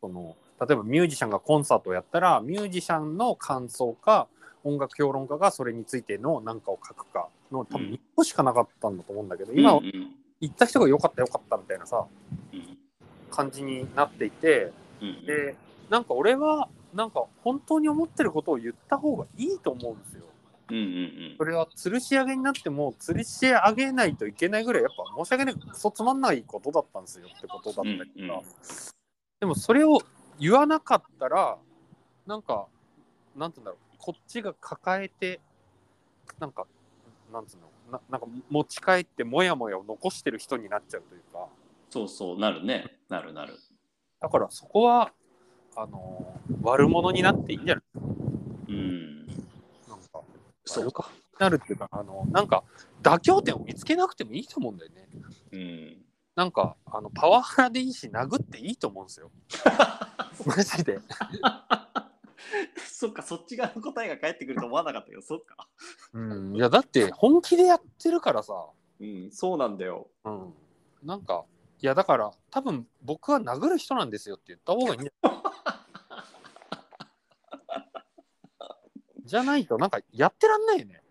B: その例えばミュージシャンがコンサートをやったらミュージシャンの感想か音楽評論家がそれについての何かを書くかの多
A: う
B: 分
A: ん
B: 1個しかなかったんだと思うんだけど、今
A: うんうん
B: 行った人が良かった良かったみたいなさ
A: うん
B: 感じになっていて
A: うん
B: でなんか俺はなんか本当に思ってることを言った方がいいと思うんですよ。
A: うんうん
B: それは吊るし上げになっても吊るし上げないといけないぐらいやっぱ申し訳ないクソつまんないことだったんですよってことだったりとか、
A: うんうん
B: でもそれを言わなかったらなんかなんて言うんだろうこっちが抱えてなんかなんつうのななんか持ち帰ってモヤモヤを残してる人になっちゃうというか
A: そうそうなるねなるなる
B: だからそこはあの悪者になっていいんじゃない
A: うん
B: なんか
A: そうか
B: なるっていうかあのなんか妥協点を見つけなくてもいいと思うんだよね。
A: うん
B: なんかあのパワハラでいいし殴っていいと思うんで
A: <laughs>
B: すよ。マジで。
A: そっかそっち側の答えが返ってくると思わなかったよそっか
B: うん、いやだって本気でやってるからさ、
A: うんそうなんだよ
B: うん、なんかいやだから多分僕は殴る人なんですよって言った方がいいんじ
A: <laughs>
B: ゃないじゃないとなんかやってらんないよね。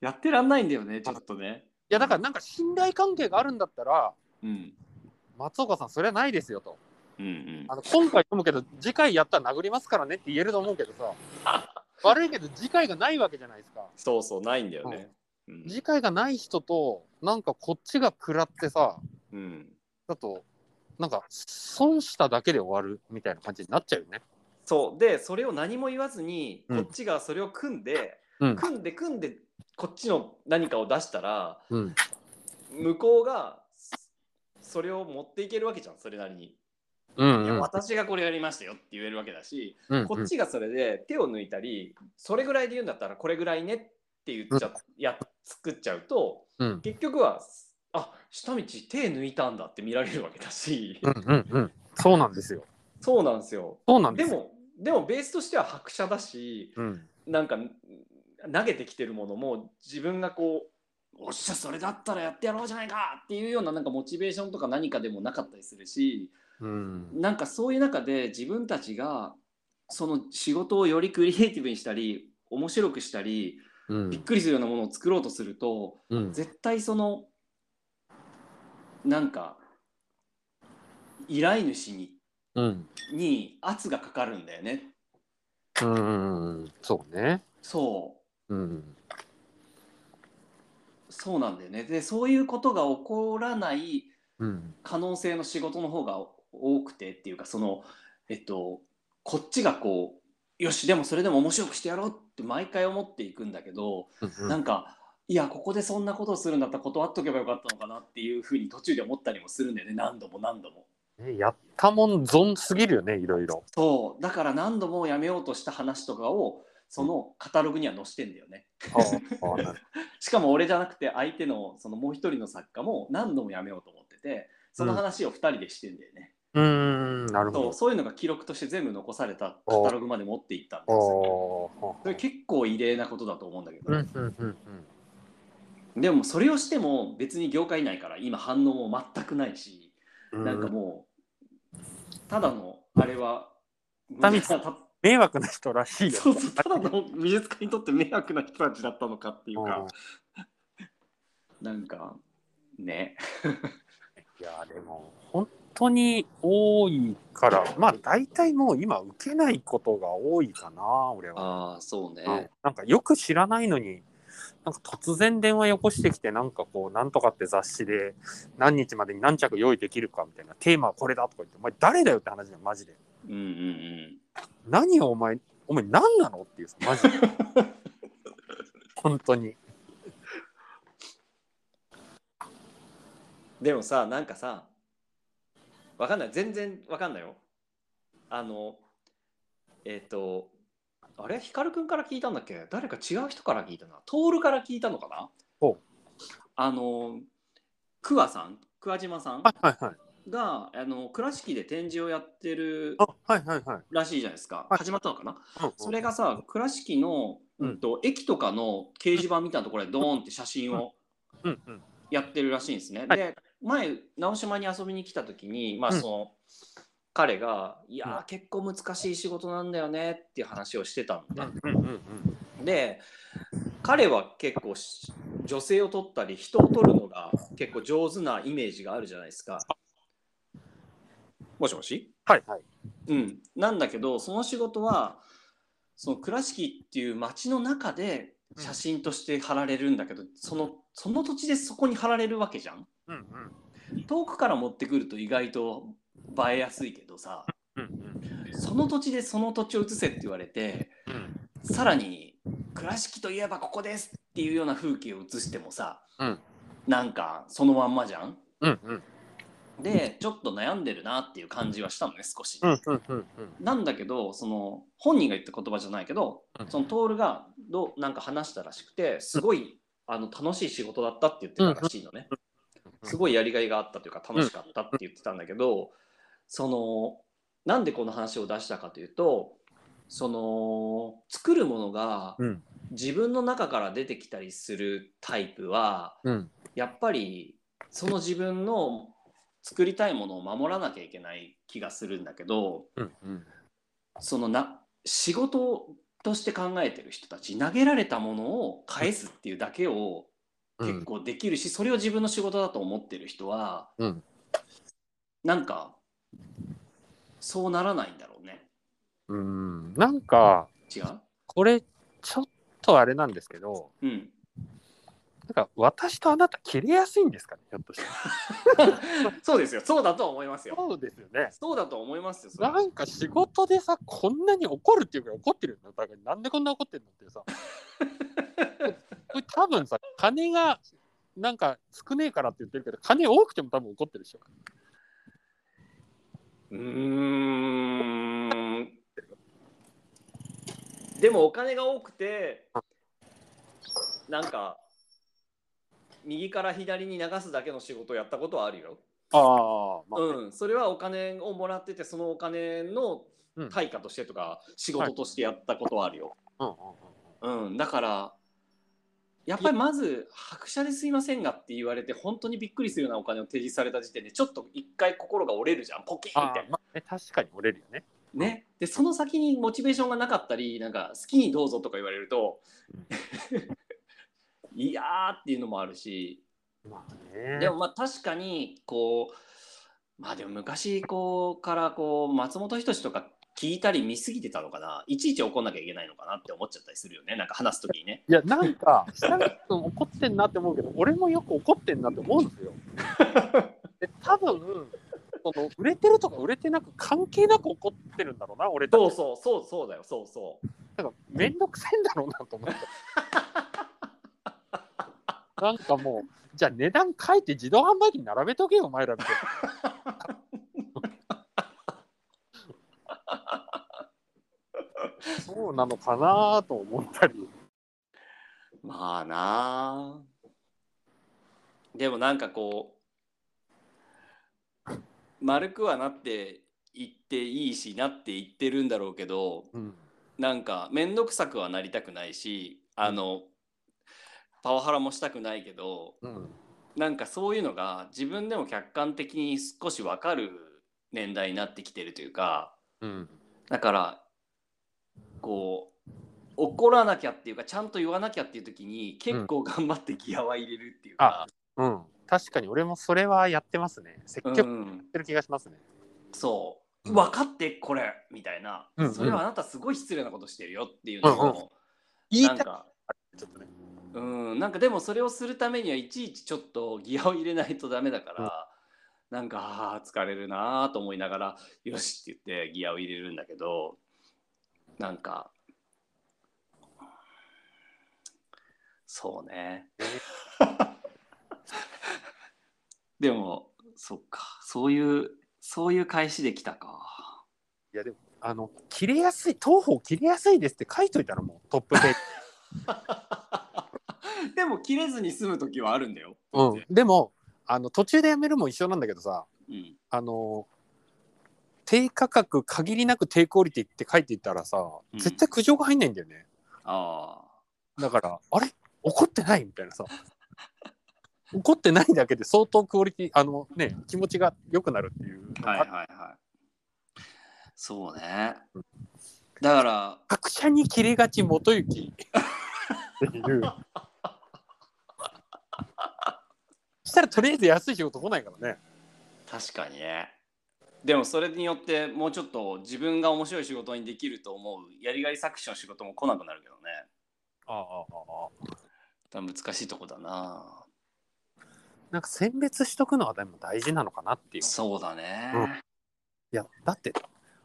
A: やってらんないんだよねちょっとね
B: いやだからなんか信頼関係があるんだったら
A: うん
B: 松岡さんそれはないですよと。
A: うんうん
B: あの今回思うけど次回やったら殴りますからねって言えると思うけどさ
A: <laughs>
B: 悪いけど次回がないわけじゃないですか。
A: そうそうないんだよねうん
B: 次回がない人となんかこっちが食らってさ
A: うん
B: だとなんか損しただけで終わるみたいな感じになっちゃうよね。
A: そうでそれを何も言わずに
B: う
A: こ
B: ん
A: っちがそれを組んで、
B: うん
A: 組んで組んでこっちの何かを出したら
B: うん、
A: 向こうがそれを持っていけるわけじゃんそれなりに、
B: うん
A: いや
B: うん
A: 私がこれやりましたよって言えるわけだし、
B: うん
A: こっちがそれで手を抜いたりそれぐらいで言うんだったらこれぐらいねって言っちゃ、や作っちゃうと
B: うん
A: 結局はあ下道手抜いたんだって見られるわけだし、
B: うんうんうんそうなんですよ。
A: そうなんですよ
B: そうなんで
A: です
B: よ。
A: もでもベースとしては拍車だし
B: うん
A: なんか投げてきてるものも自分がこうおっしゃそれだったらやってやろうじゃないかっていうようななんかモチベーションとか何かでもなかったりするし
B: うん
A: なんかそういう中で自分たちがその仕事をよりクリエイティブにしたり面白くしたり
B: う
A: びっ
B: ん
A: くりするようなものを作ろうとすると
B: うん
A: 絶対そのなんか依頼主に
B: うん
A: に圧がかかるんだよね。
B: うんそうね。
A: そう
B: うん
A: そうなんだよね。でそういうことが起こらない
B: うん
A: 可能性の仕事の方が多くてっていうかそのえっとこっちがこうよしでもそれでも面白くしてやろうって毎回思っていくんだけど、
B: うん
A: なんかいやここでそんなことをするんだったら断っとけばよかったのかなっていうふうに途中で思ったりもするんだよね何度も何度も。
B: ねやったもん損すぎるよねいろいろ
A: そうだから何度もやめようとした話とかをそのカタログには載せてんだよね。
B: ああなる
A: しかも俺じゃなくて相手のそのもう一人の作家も何度もやめようと思っててその話を2人でしてんだよね、
B: うーんなる
A: そ
B: ほ
A: うそういうのが記録として全部残されたカタログまで持っていったんですよ
B: どあ
A: それ結構異例なことだと思うんだけど、
B: うんうんうんうん
A: でもそれをしても別に業界内から今反応も全くないし、
B: うん
A: なんかもうただのあれは
B: たみつ
A: たた
B: 迷惑な人らしいよ
A: そうそうただの美術家にとって迷惑な人たちだったのかっていうか、なんかね
B: いやでも本当に多いからまあ大体もう今受けないことが多いかな俺は、
A: ああそうね、
B: うんなんかよく知らないのになんか突然電話よこしてきてなんかこう「なんとか」って雑誌で何日までに何着用意できるかみたいなテーマはこれだとか言って「お前誰だよ」って話だよマジで
A: うんうんうん
B: 「何をお前お前何なの?」っていうさマジ
A: <laughs>
B: で本当に
A: でもさなんかさわかんない全然わかんないよあのえっ、とあれ光くんから聞いたんだっけ誰か違う人から聞いたな徹から聞いたのかな
B: ほう
A: あの桑さん桑島さん
B: はいはいはい
A: があの倉敷で展示をやってる
B: あはいはいはい、
A: らしいじゃないですか
B: はい
A: 始まったのかな
B: うんうん
A: それがさ倉敷の、
B: う
A: うんん、と駅とかの掲示板みたいなところでドーンって写真を
B: うんうん
A: やってるらしいんですね。
B: はい
A: で前直島に遊びに来た時に、まあ
B: うん
A: その彼が「いやー
B: う
A: 結構難しい仕事なんだよね」っていう話をしてたんで、
B: うんうんうん
A: で彼は結構し女性を取ったり人を取るのが結構上手なイメージがあるじゃないですか。もしもし
B: はいはい
A: うん、なんだけどその仕事はその倉敷っていう町の中で写真として貼られるんだけど、そのその土地でそこに貼られるわけじゃん
B: うんうん
A: 遠くから持ってくると意外と映えやすいけどさ
B: うんうん
A: その土地でその土地を写せって言われて
B: うん
A: さらに倉敷といえばここですっていうような風景を写してもさ、
B: うん
A: なんかそのまんまじゃん
B: うんうん
A: でちょっと悩んでるなっていう感じはしたのね少し。
B: うんうんうんうん
A: なんだけどその本人が言った言葉じゃないけど、
B: うん
A: そのトールがどうなんか話したらしくてすごい、あの楽しい仕事だったって言ってたらしいのね、
B: うん
A: すごいやりがいがあったというか楽しかったって言ってたんだけど、そのなんでこの話を出したかというとその作るものが
B: うん
A: 自分の中から出てきたりするタイプは
B: うん
A: やっぱりその自分の作りたいものを守らなきゃいけない気がするんだけど、
B: うんうん
A: そのな仕事として考えてる人たち投げられたものを返すっていうだけを結構できるし、それを自分の仕事だと思ってる人は、
B: うん
A: なんかそうならないんだろうね
B: うんなんか
A: 違う
B: これちょっとあれなんですけど
A: うん
B: なんか私とあなた切れやすいんですかねひょっとして
A: そうですよそうだとは思いますよ
B: そうですよね
A: そうだと思いますよそれ
B: なんか仕事でさこんなに怒るっていうか怒ってるよねお互いなんでこんな怒ってるのってさこれ多分さ金がなんか少ねえからって言ってるけど金多くても多分怒ってるでしょ
A: うーんでもお金が多くてなんか右から左に流すだけの仕事をやったことはあるよ。
B: ああま
A: うん、それはお金をもらっててそのお金の
B: うん
A: 対価としてとか仕事としてやったことはあるよ。
B: うんうん
A: うん、だからやっぱりまず「白車ですいませんが」って言われて本当にびっくりするようなお金を提示された時点でちょっと一回心が折れるじゃんポキン
B: あ
A: って
B: ー。まあね確かに折れるよね
A: ね、でその先にモチベーションがなかったりなんか好きにどうぞとか言われると <laughs> いやーっていうのもあるし
B: まあね
A: でもまあ確かにこうまあでも昔こうからこう松本人志とか聞いたり見すぎてたのかないちいち怒んなきゃいけないのかなって思っちゃったりするよねなんか話す時にね。
B: いや、なんか、設楽君怒ってんなって思うけど、俺もよく怒ってんなって思うん
A: <laughs>
B: ですよ。で多分その売れてるとか売れてなく関係なく怒ってるんだろうな、俺
A: そう
B: す
A: そうそうそうだよそうそう。
B: なんか面倒くさいんだろうなと思って。 <laughs> なんかもう、じゃあ値段書いて自動販売機に並べとけよ、お前らみたい
A: <laughs>
B: な。そうなのかなと思ったり。
A: まあなあでもなんかこう丸くはなっていっていいしなっていってるんだろうけど
B: うん。
A: なんか面倒くさくはなりたくないしあの、パワハラもしたくないけど
B: うん。
A: なんかそういうのが自分でも客観的に少し分かる年代になってきてるというか
B: うん。
A: だからこう怒らなきゃっていうかちゃんと言わなきゃっていう時に結構頑張ってギアは入れるっていうか、
B: うん。確かに俺もそれはやってますね。積
A: うん
B: 極的にやってる気がしますね。
A: そう
B: うん
A: 分かってこれみたいな、
B: うんうん
A: それはあなたすごい失礼なことしてるよっていうの
B: うん
A: を、
B: 言い
A: なん
B: たく
A: か
B: ちょっとね。
A: うん、なんかでもそれをするためにはいちいちちょっとギアを入れないとダメだから、なんかあー疲れるなーと思いながら「よし」って言ってギアを入れるんだけどなんかそうね <laughs> でもそっかそういうそういう返しできたか
B: いやでも、あの、切れやすい、東方切れやすいですって書いといたらもうトップペー
A: <laughs>
B: ジ
A: でも切れずに済む時はあるんだよ、
B: うん、でもあの途中でやめるも一緒なんだけどさ
A: うん、
B: あの低価格限りなく低クオリティって書いていったらさ、
A: うん
B: 絶対苦情が入んないんだよね
A: ああ
B: だからあれ怒ってないみ
A: <laughs>
B: たいなさ怒ってないだけで相当クオリティあのね気持ちが良くなるっていうのが
A: はいはいはい。そうね。だから、
B: 各社に切れがち元 <laughs> 行っていうそしたらとりあえず安い仕事来ないからね
A: 確かにね。でもそれによってもうちょっと自分が面白い仕事にできると思うやりがい搾取の仕事も来なくなるけどね。
B: ああああ
A: だから難しいとこだな。
B: なんか選別しとくのはでも大事なのかなっていう。
A: そうだね。
B: いやだって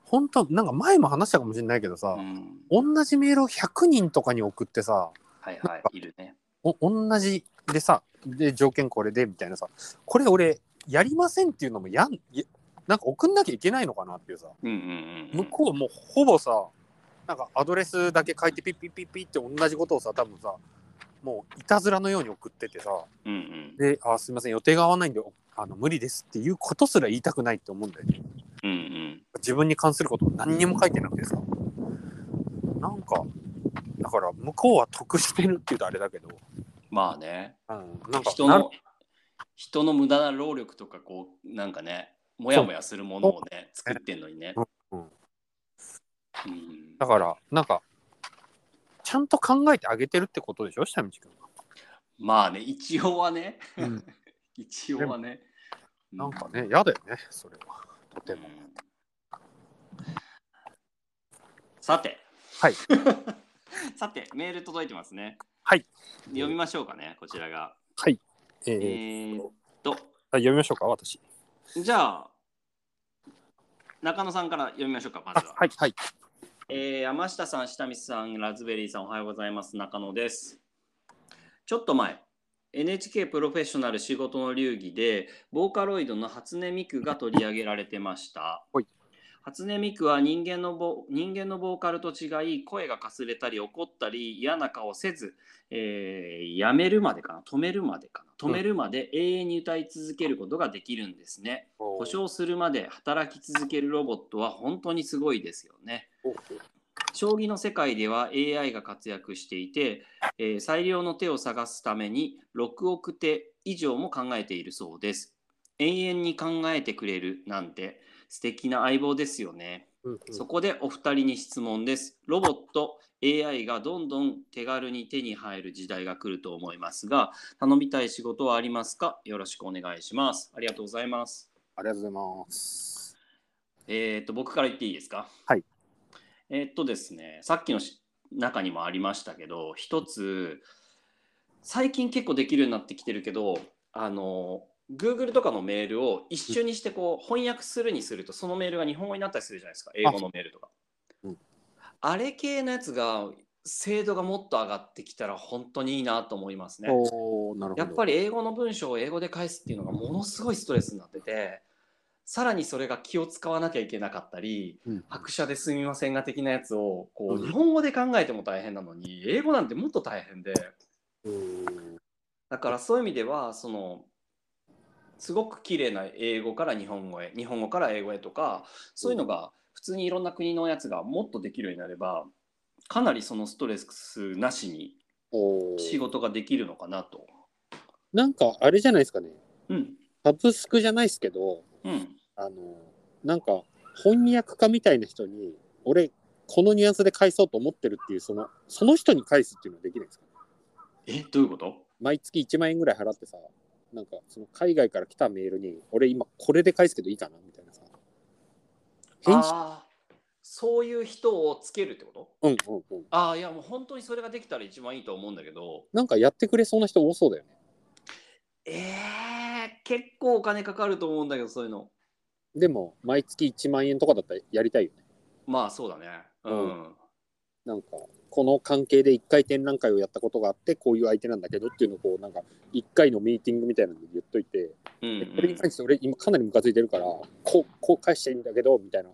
B: 本当なんか前も話したかもしれないけど
A: う
B: さ
A: ん。、
B: 同じメールを100人とかに送ってさ
A: はいはい。いるね。
B: お同じでさで条件これでみたいなさこれ俺やりませんっていうのもやんいなんか送んなきゃいけないのかなっていうさ
A: うんうんうんうん。
B: 向こうもうほぼさなんかアドレスだけ書いてピッピッピッピッって同じことをさ多分さもういたずらのように送っててさ
A: うんうん。
B: で「あすいません予定が合わないんであの無理です」っていうことすら言いたくないって思うんだよね。
A: うんうん。
B: 自分に関することも何にも書いてなくてさなんかだから向こうは得してるっていうとあれだけど、
A: まあね。
B: うん、なんか
A: 人
B: なん
A: の、人の無駄な労力とか、こう、なんかね、もやもやするものをね、作ってんのにね。
B: うん
A: うん
B: だからなんかちゃんと考えてあげてるってことでしょ下道
A: まあね、一応はね、 <laughs>
B: 君、うん、
A: 一応はね。
B: なんかね嫌だよねそれはと
A: う
B: て
A: ん、
B: も
A: さて、
B: はい。
A: <laughs> さて、メール届いてますね。
B: はい。
A: 読みましょうかね、こちらが。
B: え
A: え
B: ー
A: ー、っと、
B: あ読みましょうか私
A: じゃあ、中野さんから読みましょうか、ま
B: あ
A: ずは。
B: はいはい
A: えー山下さん、下見さん、ラズベリーさん、おはようございます。中野です。ちょっと前、NHK プロフェッショナル仕事の流儀で、ボーカロイドの初音ミクが取り上げられてました
B: はい。
A: 初音ミクは人間のボ人間のボーカルと違い、声がかすれたり怒ったり嫌な顔せず、えーやめるまでかな、止めるまでかな、止めるまで永遠に歌い続けることができるんですね。故障するまで働き続けるロボットは本当にすごいですよね。将棋の世界では AI が活躍していて、えー最良の手を探すために6億手以上も考えているそうです。永遠に考えてくれるなんて素敵な相棒ですよね。
B: うんうん
A: そこでお二人に質問です。ロボット、AI がどんどん手軽に手に入る時代が来ると思いますが、頼みたい仕事はありますかよろしくお願いします。ありがとうございます。
B: ありがとうございます
A: えー、と僕から言っていいですか
B: はい。
A: えーっとですねさっきのし中にもありましたけど一つ最近結構できるようになってきてるけどあの Google とかのメールを一緒にしてこう翻訳するにするとそのメールが日本語になったりするじゃないですか英語のメールとか。
B: うん
A: あれ系のやつが精度がもっと上がってきたら本当にいいなと思いますね。
B: おーなるほど。
A: やっぱり英語の文章を英語で返すっていうのがものすごいストレスになっててさらにそれが気を使わなきゃいけなかったり
B: り、うん
A: 白車ですみませんが的なやつをこ
B: うん
A: う日本語で考えても大変なのに英語なんてもっと大変で
B: うん
A: だからそういう意味ではそのすごく綺麗な英語から日本語へ日本語から英語へとかそういうのが普通にいろんな国のやつがもっとできるようになればかなりそのストレスなしに
B: おー
A: 仕事ができるのかなと。
B: なんかあれじゃないですかね。
A: うん、
B: サブスクじゃないですけど、
A: うん
B: あの、なんか翻訳家みたいな人に、俺、このニュアンスで返そうと思ってるっていう、その、その人に返すっていうのはできないですか
A: えどういうこと
B: 毎月1万円ぐらい払ってさ、なんかその海外から来たメールに、俺今これで返すけどいいかなみたいなさ。返信
A: あーそういう人をつけるってこと
B: うんうんうん。
A: ああいやもう本当にそれができたら一番いいと思うんだけど
B: なんかやってくれそうな人多そうだよね。
A: えー、結構お金かかると思うんだけどそういうの
B: でも、毎月1万円とかだったらやりたいよね。
A: まあそうだねうん、
B: なんか、この関係で1回展覧会をやったことがあって、こういう相手なんだけどっていうのを、こう、なんか、1回のミーティングみたいなので言っといて、
A: うん
B: で
A: うん
B: これに関して俺今かなりムカついてるから、こう、こう返していいんだけど、みたいな。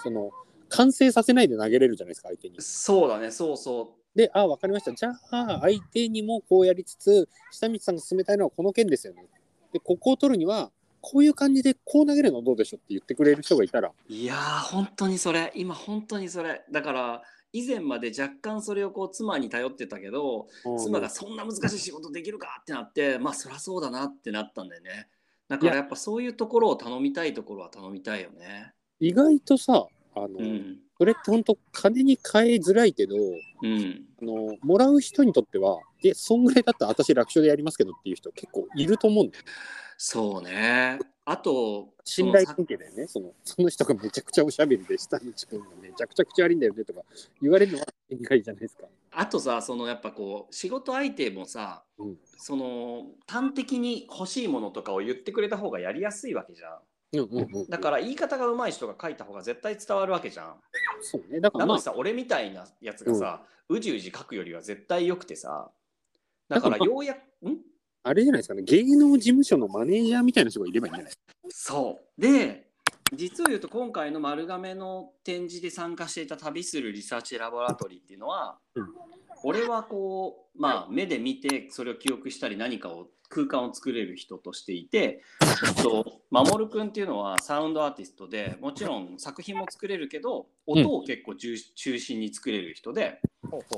B: その、完成させないで投げれるじゃないですか、相手に。
A: そうだねそうそ
B: で、あ、わかりました。じゃあ、相手にもこうやりつつ、下道さんが進めたいのはこの件ですよね。で、ここを取るには、こういう感じでこう投げるのどうでしょうって言ってくれる人がいたら、
A: ういやー本当にそれ今本当にそれだから以前まで若干それをこう妻に頼ってたけど妻がそんな難しい仕事できるかってなってまあそりゃそうだなってなったんだよねだからやっぱそういうところを頼みたいところは頼みたいよね
B: 意外とさ、あの、
A: うん
B: それって本当金に変えづらいけど、
A: うん
B: あの、もらう人にとっては、え、そんぐらいだったら私楽勝でやりますけどっていう人結構いると思うんだよ。
A: そうね。あと、
B: 信頼
A: そ
B: 関係だよね。その、その人がめちゃくちゃおしゃべりで、下道君がめちゃくちゃ口悪いんだよねとか言われるのは限界じゃないですか。
A: のあとさ、そのやっぱこう、仕事相手もさ、
B: うん
A: その端的に欲しいものとかを言ってくれた方がやりやすいわけじゃん。
B: うんうんうん。
A: だから言い方が上手い人が書いた方が絶対伝わるわけじゃん。
B: そうね。だか
A: な
B: ら、
A: の
B: まあ
A: に、さ、俺みたいなやつがさ、うじうじ書くよりは絶対良くてさ、だから
B: だから
A: ようやく、ん
B: あれじゃないですかね、芸能事務所のマネージャーみたいな人がいればいいんじゃない
A: そう。で、実を言うと今回の丸亀の展示で参加していた旅するリサーチラボラトリーっていうのは、
B: うん
A: 俺はこう、まあ、目で見てそれを記憶したり何かを空間を作れる人としていて、えっと、守君っていうのはサウンドアーティストでもちろん作品も作れるけど音を結構重中心に作れる人で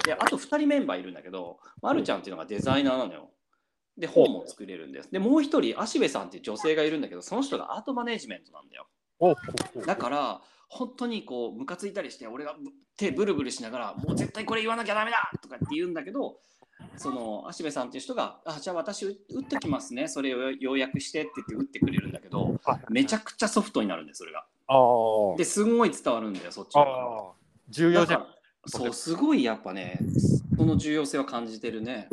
A: であと2人メンバーいるんだけど、ま、るちゃんっていうのがデザイナーなのよ。で本も作れるんです。でもう一人芦部さんっていう女性がいるんだけどその人がアートマネジメントなんだよ。だから本当にこうムカついたりして俺がぶ手ブルブルしながらもう絶対これ言わなきゃダメだとかって言うんだけどその芦部さんっていう人が「あじゃあ私う打っときますねそれを要約して」って言って打ってくれるんだけどめちゃくちゃソフトになるんでそれが。
B: ああ
A: ですんごい伝わるんだよそっちの方が。
B: 重
A: だからそうすごいやっぱねその重要性は感じてるね。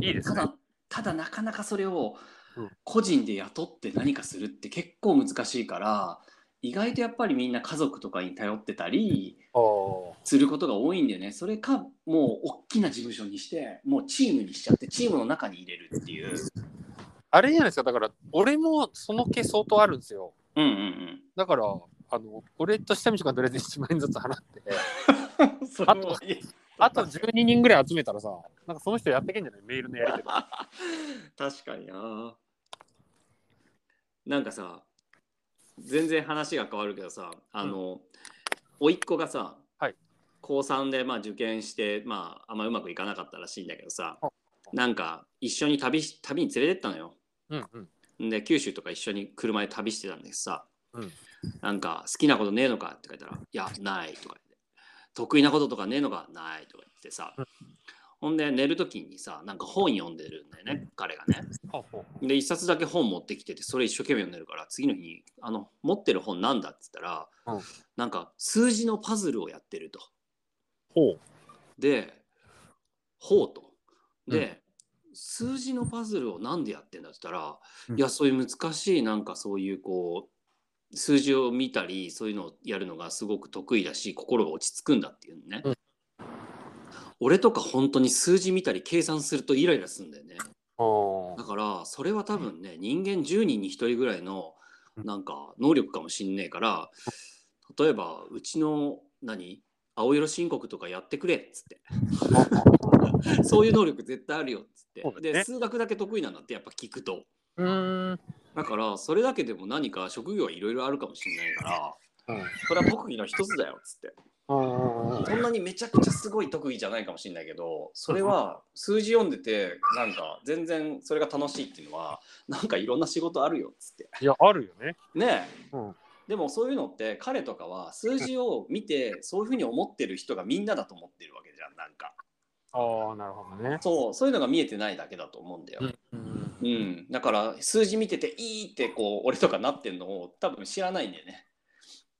B: いいで
A: ただただなかなかそれを
B: うん
A: 個人で雇って何かするって結構難しいから意外とやっぱりみんな家族とかに頼ってたり
B: あー
A: することが多いんだよねそれかもう大きな事務所にしてもうチームにしちゃってチームの中に入れるっていう
B: あれじゃないですか、だから、俺もその系相当あるんですよ。
A: うんうん
B: だから、あの俺と下道がとりあえず1万円ずつ払 <laughs> って、
A: うんそれもいい
B: あと12人ぐらい集めたらさ、なんかその人やってけんじゃないメールのやり取り。
A: 確かにななんかさ全然話が変わるけどさあの、甥っ子がさ、
B: はい
A: 高3でまあ受験して、まあ、あんまうまくいかなかったらしいんだけどさ
B: あ
A: なんか一緒に旅し旅に連れてったのよ
B: うんうん。
A: で九州とか一緒に車で旅してたんだけどさ、
B: うん
A: なんか好きなことねえのかって書いたら「いやない」とか言って「得意なこととかねえのかない」とか言ってさ、
B: うん
A: ほんで寝る時にさなんか本読んでるんだよね彼がね。
B: ほうほう
A: で一冊だけ本持ってきててそれ一生懸命読んでるから次の日にあの「持ってる本なんだ?」っつったら、
B: うん
A: なんか数字のパズルをやってると。
B: ほう。
A: で「ほう」と。で、数字のパズルをなんでやってんだって言ったら、
B: うん
A: いやそういう難しいなんかそういうこう数字を見たりそういうのをやるのがすごく得意だし心が落ち着くんだっていうね。
B: うん
A: 俺とか本当に数字見たり計算するとイライラするんだよね
B: お
A: だからそれは多分ね人間10人に1人ぐらいの
B: うん
A: なんか能力かもしんねえから例えばうちの何青色申告とかやってくれっつ
B: <laughs>
A: ってそういう能力絶対あるよっつって
B: そうだね
A: で数学だけ得意なんだってやっぱ聞くと
B: うーん
A: だからそれだけでも何か職業はいろいろあるかもしんないから
B: うん
A: これは特技の一つだよっつって
B: うん
A: そんなにめちゃくちゃすごい特技じゃないかもしれないけどそれは数字読んでてなんか全然それが楽しいっていうのはなんかいろんな仕事あるよっつって
B: いやあるよね
A: ねえ、
B: うん
A: でもそういうのって彼とかは数字を見てそういうふうに思ってる人がみんなだと思ってるわけじゃんなんか
B: ああなるほどね
A: そうそういうのが見えてないだけだと思うんだよ、
B: うん
A: うん、だから数字見てていいってこう俺とかなってんのを多分知らないんだよね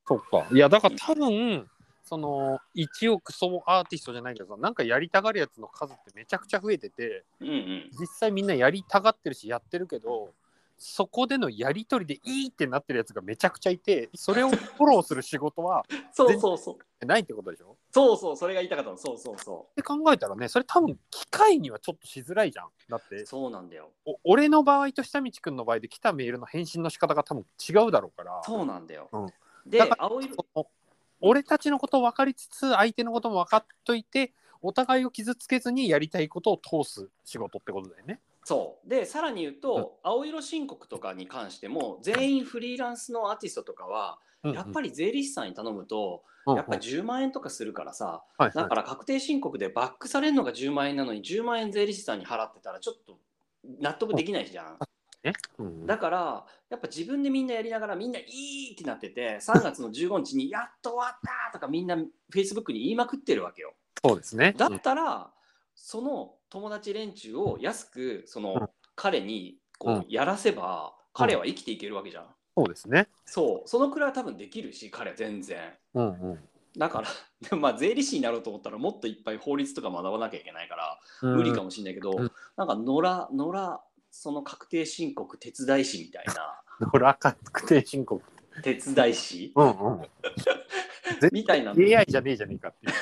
B: そっかいやだから多分その1億総アーティストじゃないけどさなんかやりたがるやつの数ってめちゃくちゃ増えてて
A: うんうん
B: 実際みんなやりたがってるしやってるけどそこでのやり取りでいいってなってるやつがめちゃくちゃいてそれをフォローする仕事は
A: そうそうそう
B: ないってことでしょ
A: そうそうそれが言いたかったのそうそうそ
B: って考えたらねそれ多分機械にはちょっとしづらいじゃんだって
A: うそうなんだよ
B: お俺の場合と下道くんの場合で来たメールの返信の仕方が多分違うだろうから
A: そうなんだよ。
B: うん
A: で
B: だか
A: 青色
B: その俺たちのことを分かりつつ相手のことも分かっといてお互いを傷つけずにやりたいことを通す仕事ってことだよね。
A: そうでさらに言うと、青色申告とかに関しても全員フリーランスのアーティストとかは、やっぱり税理士さんに頼むと、
B: り
A: やっぱり10万円とかするからさ、
B: はい
A: だから確定申告でバックされるのが10万円なのに10万円税理士さんに払ってたらちょっと納得できないじゃん。
B: うん
A: だからやっぱ自分でみんなやりながらみんないいってなってて3月の15日に「やっと終わった!」とかみんな Facebook に言いまくってるわけよ。
B: そうですね。
A: だったら、その友達連中を安くその、
B: うん
A: 彼にこうやらせば、彼は生きていけるわけじゃん。
B: そうですね。
A: そうそのくらいは多分できるし彼は全然。
B: うんうん
A: だから <laughs> でもまあ税理士になろうと思ったらもっといっぱい法律とか学ばなきゃいけないから
B: うん、
A: 無理か
B: も。
A: もしれないけど、
B: うん
A: なんか野良野良その確定申告手伝い師みたいな
B: <laughs> ほら確定申告。
A: 手伝い師
B: うん
A: <laughs>
B: うん。
A: みたいな
B: AI じゃねえじゃねえかっていう。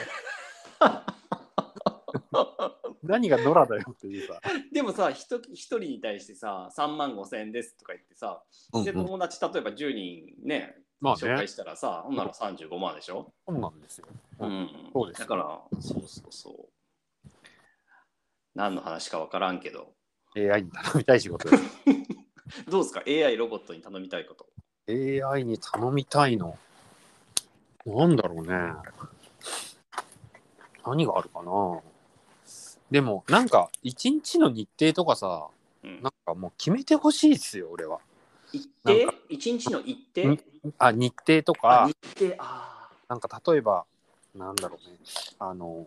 A: <laughs>
B: 何が野良だよっていうさ。
A: でもさ一人一人に対してさ3万5千円ですとか言ってさで
B: うんうん
A: 友達例えば10人ね
B: まあ
A: 紹
B: ね
A: 介。したらさ、ほんなら35万でしょ、
B: そうなんですよ。
A: う
B: うん
A: ん、
B: そうです
A: だから、そうそうそう。何の話か分からんけど、
B: AI に頼みたい仕事です。
A: どうですか ?AI ロボットに頼みたいこと。
B: AI に頼みたいの。なんだろうね。何があるかな。でも、なんか、一日の日程とかさ、
A: うん
B: なんかもう決めてほしいっすよ、俺は。
A: 一
B: な
A: 定一日の一定
B: んあ、日程と
A: あ
B: か、
A: 日程あ
B: なんか例えば、なんだろうね。あの、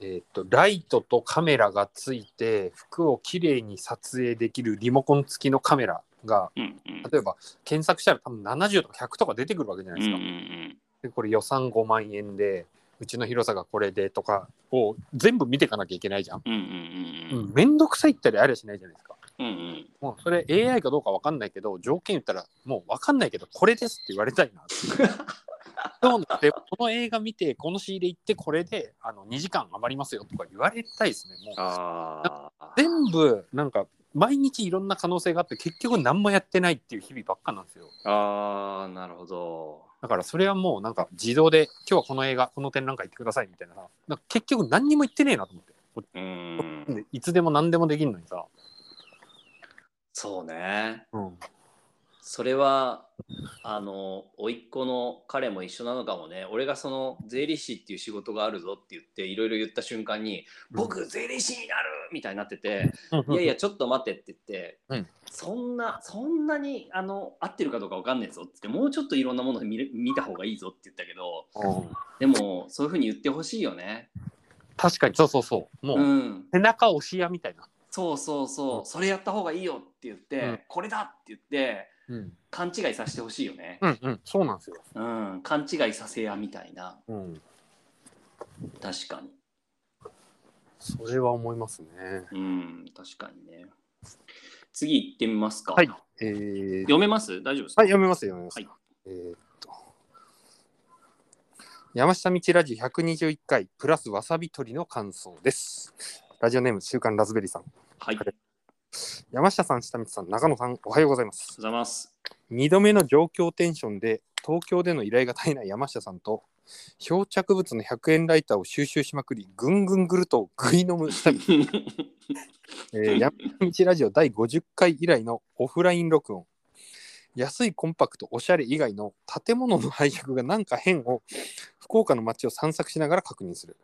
B: えーっと、ライトとカメラがついて、服をきれいに撮影できるリモコン付きのカメラが、
A: ー。うんうん
B: 例えば検索したら多分70とか100とか出てくるわけじゃないで
A: うん
B: す
A: う
B: か。
A: ん
B: でこれ予算5万円でうちの広さがこれでとかを全部見ていかなきゃいけないじゃん。
A: うんうんう
B: うんん、めんどくさいったりありゃしないじゃないですか。
A: うんうん
B: もうそれ AI かどうかわかんないけど条件言ったらもうわかんないけどこれですって言われたいなっていう
A: <laughs>
B: 今日のでこの映画見てこの仕入れ行ってこれであの2時間余りますよとか言われたいですね。もう
A: ああ。
B: 全部なんか毎日いろんな可能性があって結局何もやってないっていう日々ばっかなんですよ。
A: あーなるほど。
B: だからそれはもうなんか自動で今日はこの映画この展覧会行ってくださいみたいなさなんか結局何にも言ってねえなと思って
A: う
B: こっち
A: ん。
B: でいつでも何でもできるのにさ、
A: そうね。
B: うん、
A: それはあの甥っ子の彼も一緒なのかもね俺がその税理士っていう仕事があるぞって言っていろいろ言った瞬間に「僕税理士になる!」みたいになってて「いやいやちょっと待って」って言って「
B: うん
A: そんなそんなにあの合ってるかどうかわかんねえぞ」って言ってもうちょっといろんなものを見る見た方がいいぞって言ったけど
B: うん
A: でもそういうふうに言ってほしいよね。
B: 確かにそうそうそうもう、
A: うん
B: 背中押し屋みたいな、
A: そうそうそう、
B: うん
A: それやった方がいいよって言って、
B: うん
A: これだって言って
B: うん、
A: 勘違いさせてほしいよね、
B: うんうんそうなんですよ、
A: うん、勘違いさせやみたいな
B: うん、
A: 確かに
B: それは思いますね
A: うん確かにね次行ってみますか、
B: はいえー、
A: 読めます大丈夫ですか
B: はい読みます読みます、
A: はい
B: えーっと山下道ラジ121回プラスわさび取りの感想です。ラジオネーム週刊ラズベリーさん。
A: はい。ありがとう
B: 山下さん、下道さん、中野さん、おはようございます。
A: ございます。 <laughs>
B: 2度目の状況テンションで東京での依頼が絶えない山下さんと漂着物の100円ライターを収集しまくりぐんぐんぐると食い飲む下道、えー、山道ラジオ第50回以来のオフライン録音安いコンパクトおしゃれ以外の建物の配役がなんか変を福岡の街を散策しながら確認する、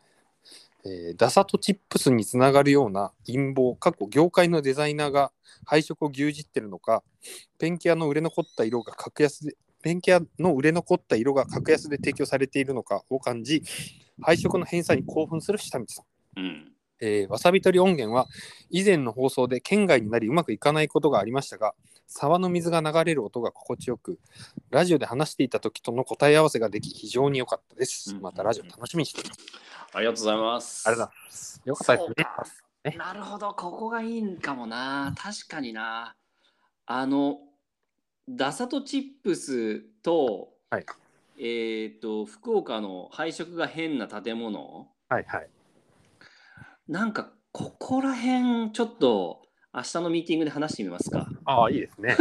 B: えーダサとチップスにつながるような陰謀過去業界のデザイナーが配色を牛耳ってるのかペンキ屋の売れ残った色が格安で、ペンキ屋の売れ残った色が格安で提供されているのかを感じ、配色の返済に興奮する下道さん。
A: うん。
B: えーわさび取り音源は以前の放送で県外になりうまくいかないことがありましたが沢の水が流れる音が心地よくラジオで話していた時との答え合わせができ非常に良かったです
A: うん
B: またラジオ楽しみにしています
A: ありがとうございます。
B: ありがとうございますよかったです
A: そう
B: ね
A: かなるほど、ここがいいんかもな。確かにな。あの、ダサとチップスと、
B: はい
A: えっ、と、福岡の配色が変な建物、
B: はいはい
A: なんか、ここら辺、ちょっと、明日のミーティングで話してみます
B: <laughs>
A: か。
B: ああいいですね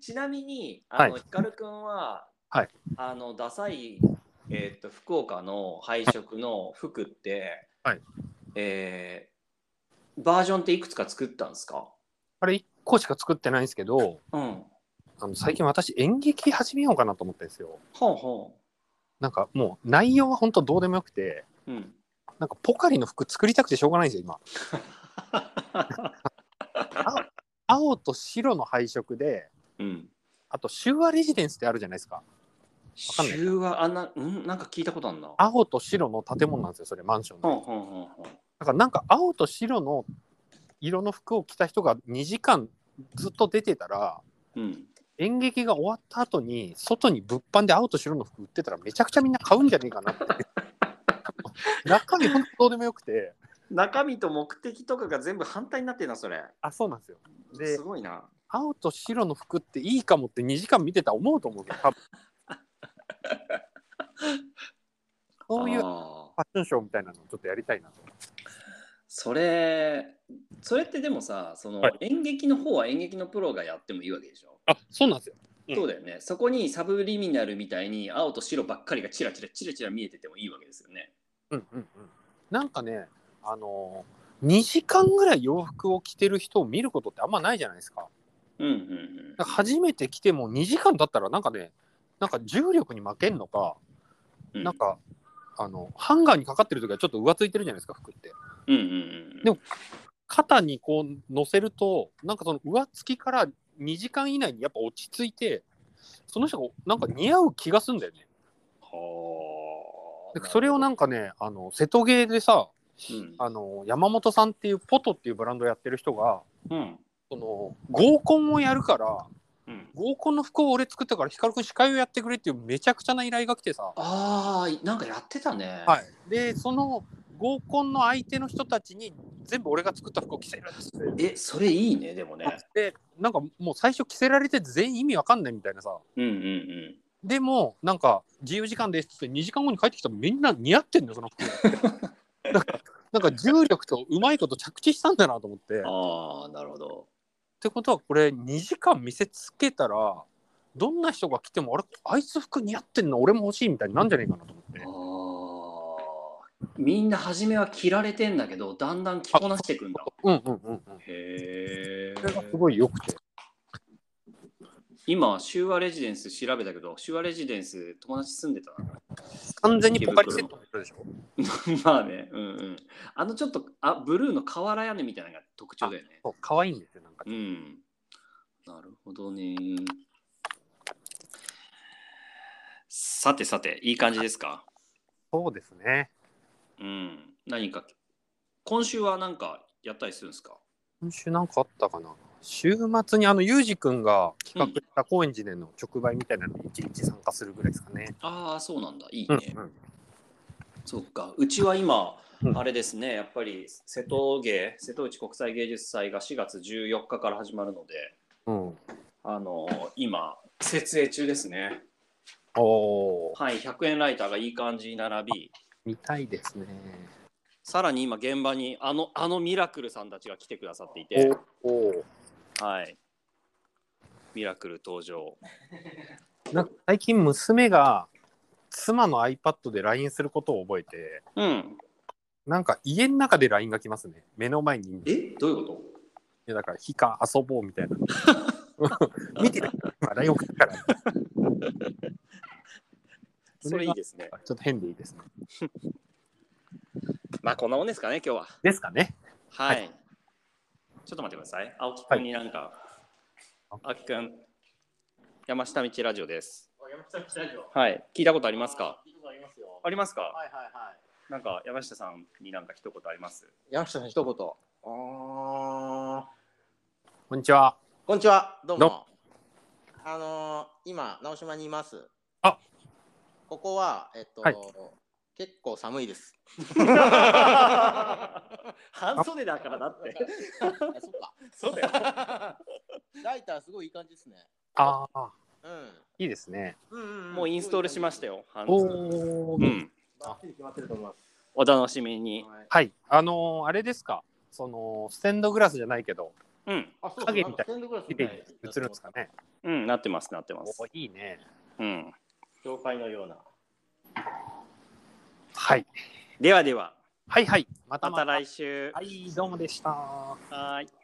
A: ちなみに、あの、
B: は
A: ひかるくんは、
B: はい
A: あの、ダサい、えっ、と、福岡の配色の服って、
B: はい
A: えーバージョンっていくつか作ったんですか
B: あれ1個しか作ってないんですけど
A: うん。は
B: あの最近私演劇始めようかなと思ってるんですよ
A: あは
B: なんかもう内容は本当どうでもよくて
A: あ。うん。
B: なんかポカリの服作りたくてしょうがないんですよ今青と白の配色で
A: うん。
B: あと修和レジデンスってあるじゃないですかかんない
A: 週はあんな、うん、なんか聞いたことあるな。は
B: 青と白の建物なんですよそれマンション
A: あは
B: の、
A: あはあはあ。
B: だからなんか青と白の色の服を着た人が2時間ずっと出てたら
A: うん。
B: 演劇が終わった後に外に物販で青と白の服売ってたらめちゃくちゃみんな買うんじゃねえかなって中身本当どうでもよくて
A: 中身と目的とかが全部反対になってるな、それ。
B: あそうなんですよです
A: ごいな。
B: 青と白の服っていいかもって2時間見てたら思うと思うけど多分そういうフ
A: ああ
B: ァッションショーみたいなのをちょっとやりたいなと
A: それ、それってでもさ、その、
B: はい
A: 演劇の方は演劇のプロがやってもいいわけでしょ。
B: あそうなんですようん
A: そうだよね。そこにサブリミナルみたいに青と白ばっかりがチラチラチラチラ見えててもいいわけですよね。
B: うんうんうん、なんかね、あのー、2時間ぐらい洋服を着てる人を見ることってあんまないじゃないですか。
A: うんうんうん
B: なんか初めて着ても2時間経ったらなんかね、なんか重力に負けんのか、
A: うん。
B: なんか、あの、ハンガーにかかってる時はちょっと浮ついてるじゃないですか、服って。
A: うんうんうん。
B: でも肩にこう乗せると、なんかその上つきから2時間以内にやっぱ落ち着いて、その人がなんか似合う気がすんだよね。
A: は
B: でそれをなんかね、あの、瀬戸芸でさ、
A: うん
B: あの、山本さんっていうポトっていうブランドやってる人が、
A: うん
B: その合コンをやるから
A: うん
B: 合コンの服を俺作ったから光くん司会をやってくれっていうめちゃくちゃな依頼が来てさ、
A: ああ、なんかやってたね。
B: はい、でその合コンの相手の人たちに全部俺が作った服を着せるっつって
A: え、それいいね、でもね。
B: でなんかもう最初着せられて全員意味わかんないみたいなさ
A: うんうんうん。
B: でもなんか自由時間ですっつって2時間後に帰ってきたらみんな似合ってんのよその服なんかなんか重力とうまいこと着地したんだなと思って。
A: ああ、なるほど。
B: ってことはこれ2時間見せつけたらどんな人が来てもあれあいつ服似合ってんの俺も欲しいみたいになんじゃねえかなと思って
A: ああ。みんな初めは着られてんだけど、だんだん着こなしていくんだ。
B: うんうんうんうん
A: へえ
B: それがすごい良くて
A: 今、シュワレジデンス調べたけど、シュワレジデンス友達住んでたな。
B: 完全にポカリセットの人でしょ
A: <laughs> まあね、うんうん。あのちょっとあブルーの瓦屋根みたいなのが特徴だよね。
B: そう可愛いんですよなんか
A: うん。なるほどね。さてさて、いい感じですか
B: そうですね
A: うん。何か、今週は何かやったりするんですか
B: 今週なんかあったかな週末にあのユージくんが企画した高円寺での直売みたいなのに一日参加するぐらいですかね
A: ああ、そうなんだ。いいね。
B: うんうん
A: そっか。うちは今、
B: うん
A: あれですね、やっぱり瀬戸芸、瀬戸内国際芸術祭が4月14日から始まるので、
B: うん
A: あの今、設営中ですね。
B: おー
A: はい、100円ライターがいい感じに並び、
B: 見たいですね。
A: さらに今現場にあのあのミラクルさんたちが来てくださっていて、
B: おお
A: はい、ミラクル登場。
B: ーなんか最近娘が妻の iPad で LINE することを覚えて
A: うん、
B: なんか家の中で LINE が来ますね目の前にい
A: えどういうこ
B: やだから「日か遊ぼう」みたいな見てる今 LINE 送るからち
A: とそれいいですね。
B: ょっと変でいいですね
A: まあこんなもんですかね今日は。
B: ですかね
A: はい。
B: は
A: ちょっと待ってください。青木くんになんか、青木くん、山下道ラジオです。
D: 山下北条。
A: はい。聞いたことありますか？
D: 聞いたことありますよ。
A: ありますか？
D: はいはいはい。
A: なんか山下さんになんか一言あります？ <laughs>
D: 山下さん一言。あ
B: こんにちは
D: ーこんにちは。どう
B: どう
D: も。あのー、今直島にいます。
B: あ。
D: ここはえっと、
B: はい
D: 結構寒いです。
A: 半袖だからだって。 <laughs>
D: あそっか。
A: そうだよ。
D: ライターすごいいい感じですね。
B: ああ
D: うん。
B: いいですね
D: うんうんうん
A: もうインストールしました。よ。半袖
B: おお、
A: うん。
D: バッチリ決まってると思います。
A: お楽しみに。
D: はい
B: はいあのーあれですかそのステンドグラスじゃないけど
A: うん。
D: あ、そうそう
B: 影みたい
D: ステンドグラス
B: 綺
D: み
B: 麗
D: た
B: に
D: い
B: 映るんですかね
A: うん。なってます。なってま
B: お
A: す
B: ー。いいね
A: うん。
D: 教会のような。
B: はい
A: ではでは、
B: はいはいまた
A: ま
B: また
A: た来週。
B: はいどうもでした
A: はーい。